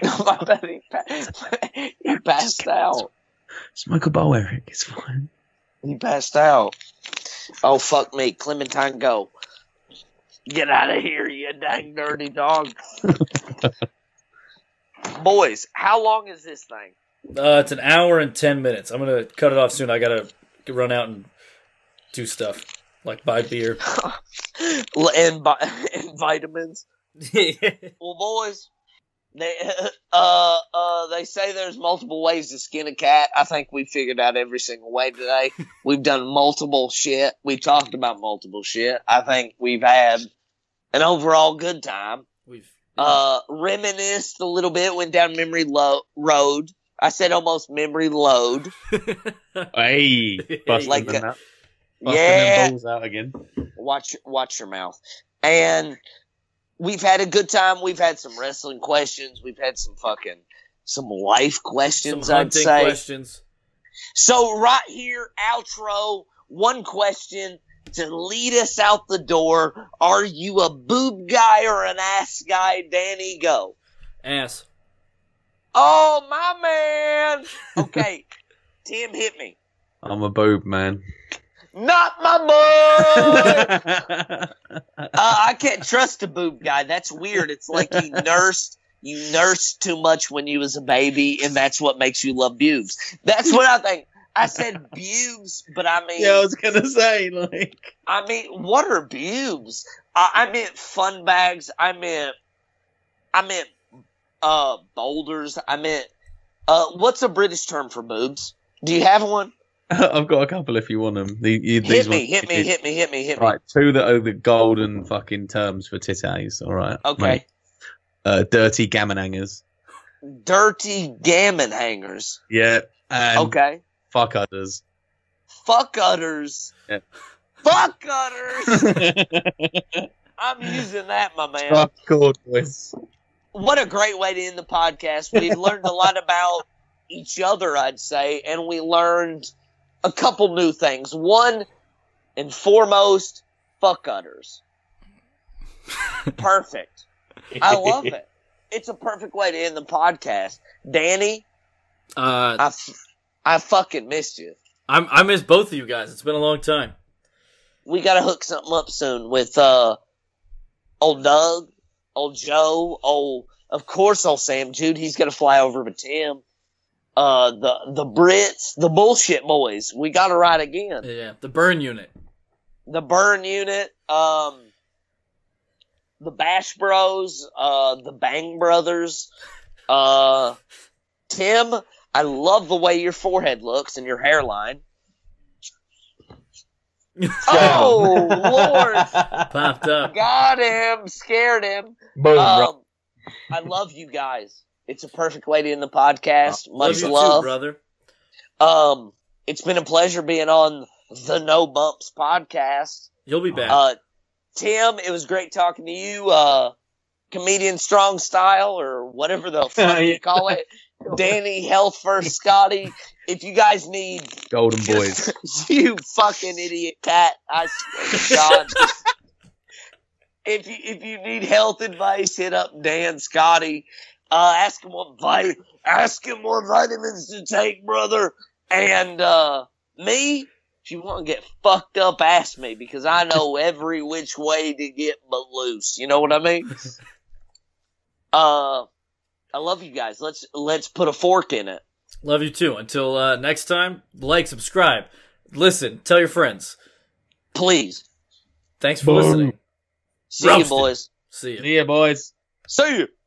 S3: no, my bad. He, pa- he passed out.
S1: smoke a bowl, Eric. It's fine.
S3: He passed out. Oh fuck me, Clementine, go. Get out of here, you dang dirty dog. Boys, how long is this thing?
S5: Uh, it's an hour and ten minutes. I'm gonna cut it off soon. I gotta run out and do stuff like buy beer.
S3: and, bi- and vitamins. Well, boys, they uh uh they say there's multiple ways to skin a cat. I think we figured out every single way today. we've done multiple shit. We talked about multiple shit. I think we've had an overall good time.
S5: We've
S3: Uh, reminisced a little bit. Went down memory lo- road. I said almost memory load.
S1: Hey, busting
S3: Like
S1: them
S3: a-
S1: out. Busting
S3: yeah.
S1: them balls out again.
S3: watch watch your mouth. And we've had a good time. We've had some wrestling questions. We've had some fucking some life
S5: some
S3: questions. I'd
S5: hunting
S3: say.
S5: questions.
S3: So right here, outro. One question to lead us out the door: Are you a boob guy or an ass guy, Danny? Go.
S5: Ass.
S3: Oh my man. Okay, Tim, hit me.
S1: I'm a boob man.
S3: Not my boy.
S1: I
S3: uh, I can't trust a boob guy. That's weird. It's like you nursed you nursed too much when you was a baby, and that's what makes you love boobs. That's what I think. I said boobs, but I mean,
S1: was gonna say like
S3: I mean, what are boobs? I, I meant fun bags. I meant, I meant uh boulders. I meant, uh, what's a British term for boobs? Do you have one?
S1: I've got a couple if you want them. The, you- these
S3: Hit me,
S1: ones-
S3: hit me, hit me, hit me, hit me.
S1: Right, two that are the golden fucking terms for titties. All right.
S3: Okay.
S1: mate. Uh, dirty gammon hangers.
S3: Dirty gammon hangers.
S1: Yeah. And
S3: Okay.
S1: fuck udders.
S3: Fuck udders.
S1: Yeah.
S3: Fuck udders. I'm using that, my man.
S1: Fuck God,
S3: Oh.
S1: boys.
S3: What a great way to end the podcast. We've learned a lot about each other, I'd say, and we learned a couple new things. One and foremost, fuck udders. Perfect. I love it. It's a perfect way to end the podcast. Danny,
S5: Uh,
S3: I, f- I fucking missed you.
S5: I'm I miss both of you guys. It's been a long time.
S3: we gotta hook something up soon with uh old Doug, old Joe, old of course old Sam Jude. He's gonna fly over with Tim. Uh the the Brits, the bullshit boys. We gotta ride again.
S5: Yeah, the burn unit.
S3: The Burn Unit, um the Bash Bros, uh the Bang Brothers, uh Tim, I love the way your forehead looks and your hairline. Oh Lord
S5: Popped up.
S3: Got him. Scared him.
S4: Boom,
S3: Um, I love you guys. It's a perfect way to end the podcast.
S5: Love
S3: Much
S5: you too,
S3: love.
S5: brother.
S3: um, it's been a pleasure being on the No Bumps podcast.
S5: You'll be back.
S3: Uh, Tim, it was great talking to you. Uh, comedian strong style or whatever the fuck you call it. Danny, health first, Scotty. If you guys need
S1: Golden boys.
S3: you fucking idiot cat. I swear to God. if you if you need health advice, hit up Dan Scotty. Uh, ask him what vit- ask him what vitamins to take, brother. And uh, me, if you want to get fucked up, ask me because I know every which way to get but loose. You know what I mean? Uh, I love you guys. Let's let's put a fork in it.
S5: Love you too. Until uh, next time, like, subscribe, listen, tell your friends.
S3: Please.
S5: Thanks for
S1: Boom.
S5: listening.
S3: See
S5: Roasted.
S3: you, boys.
S5: See you.
S1: yeah, boys.
S3: See you.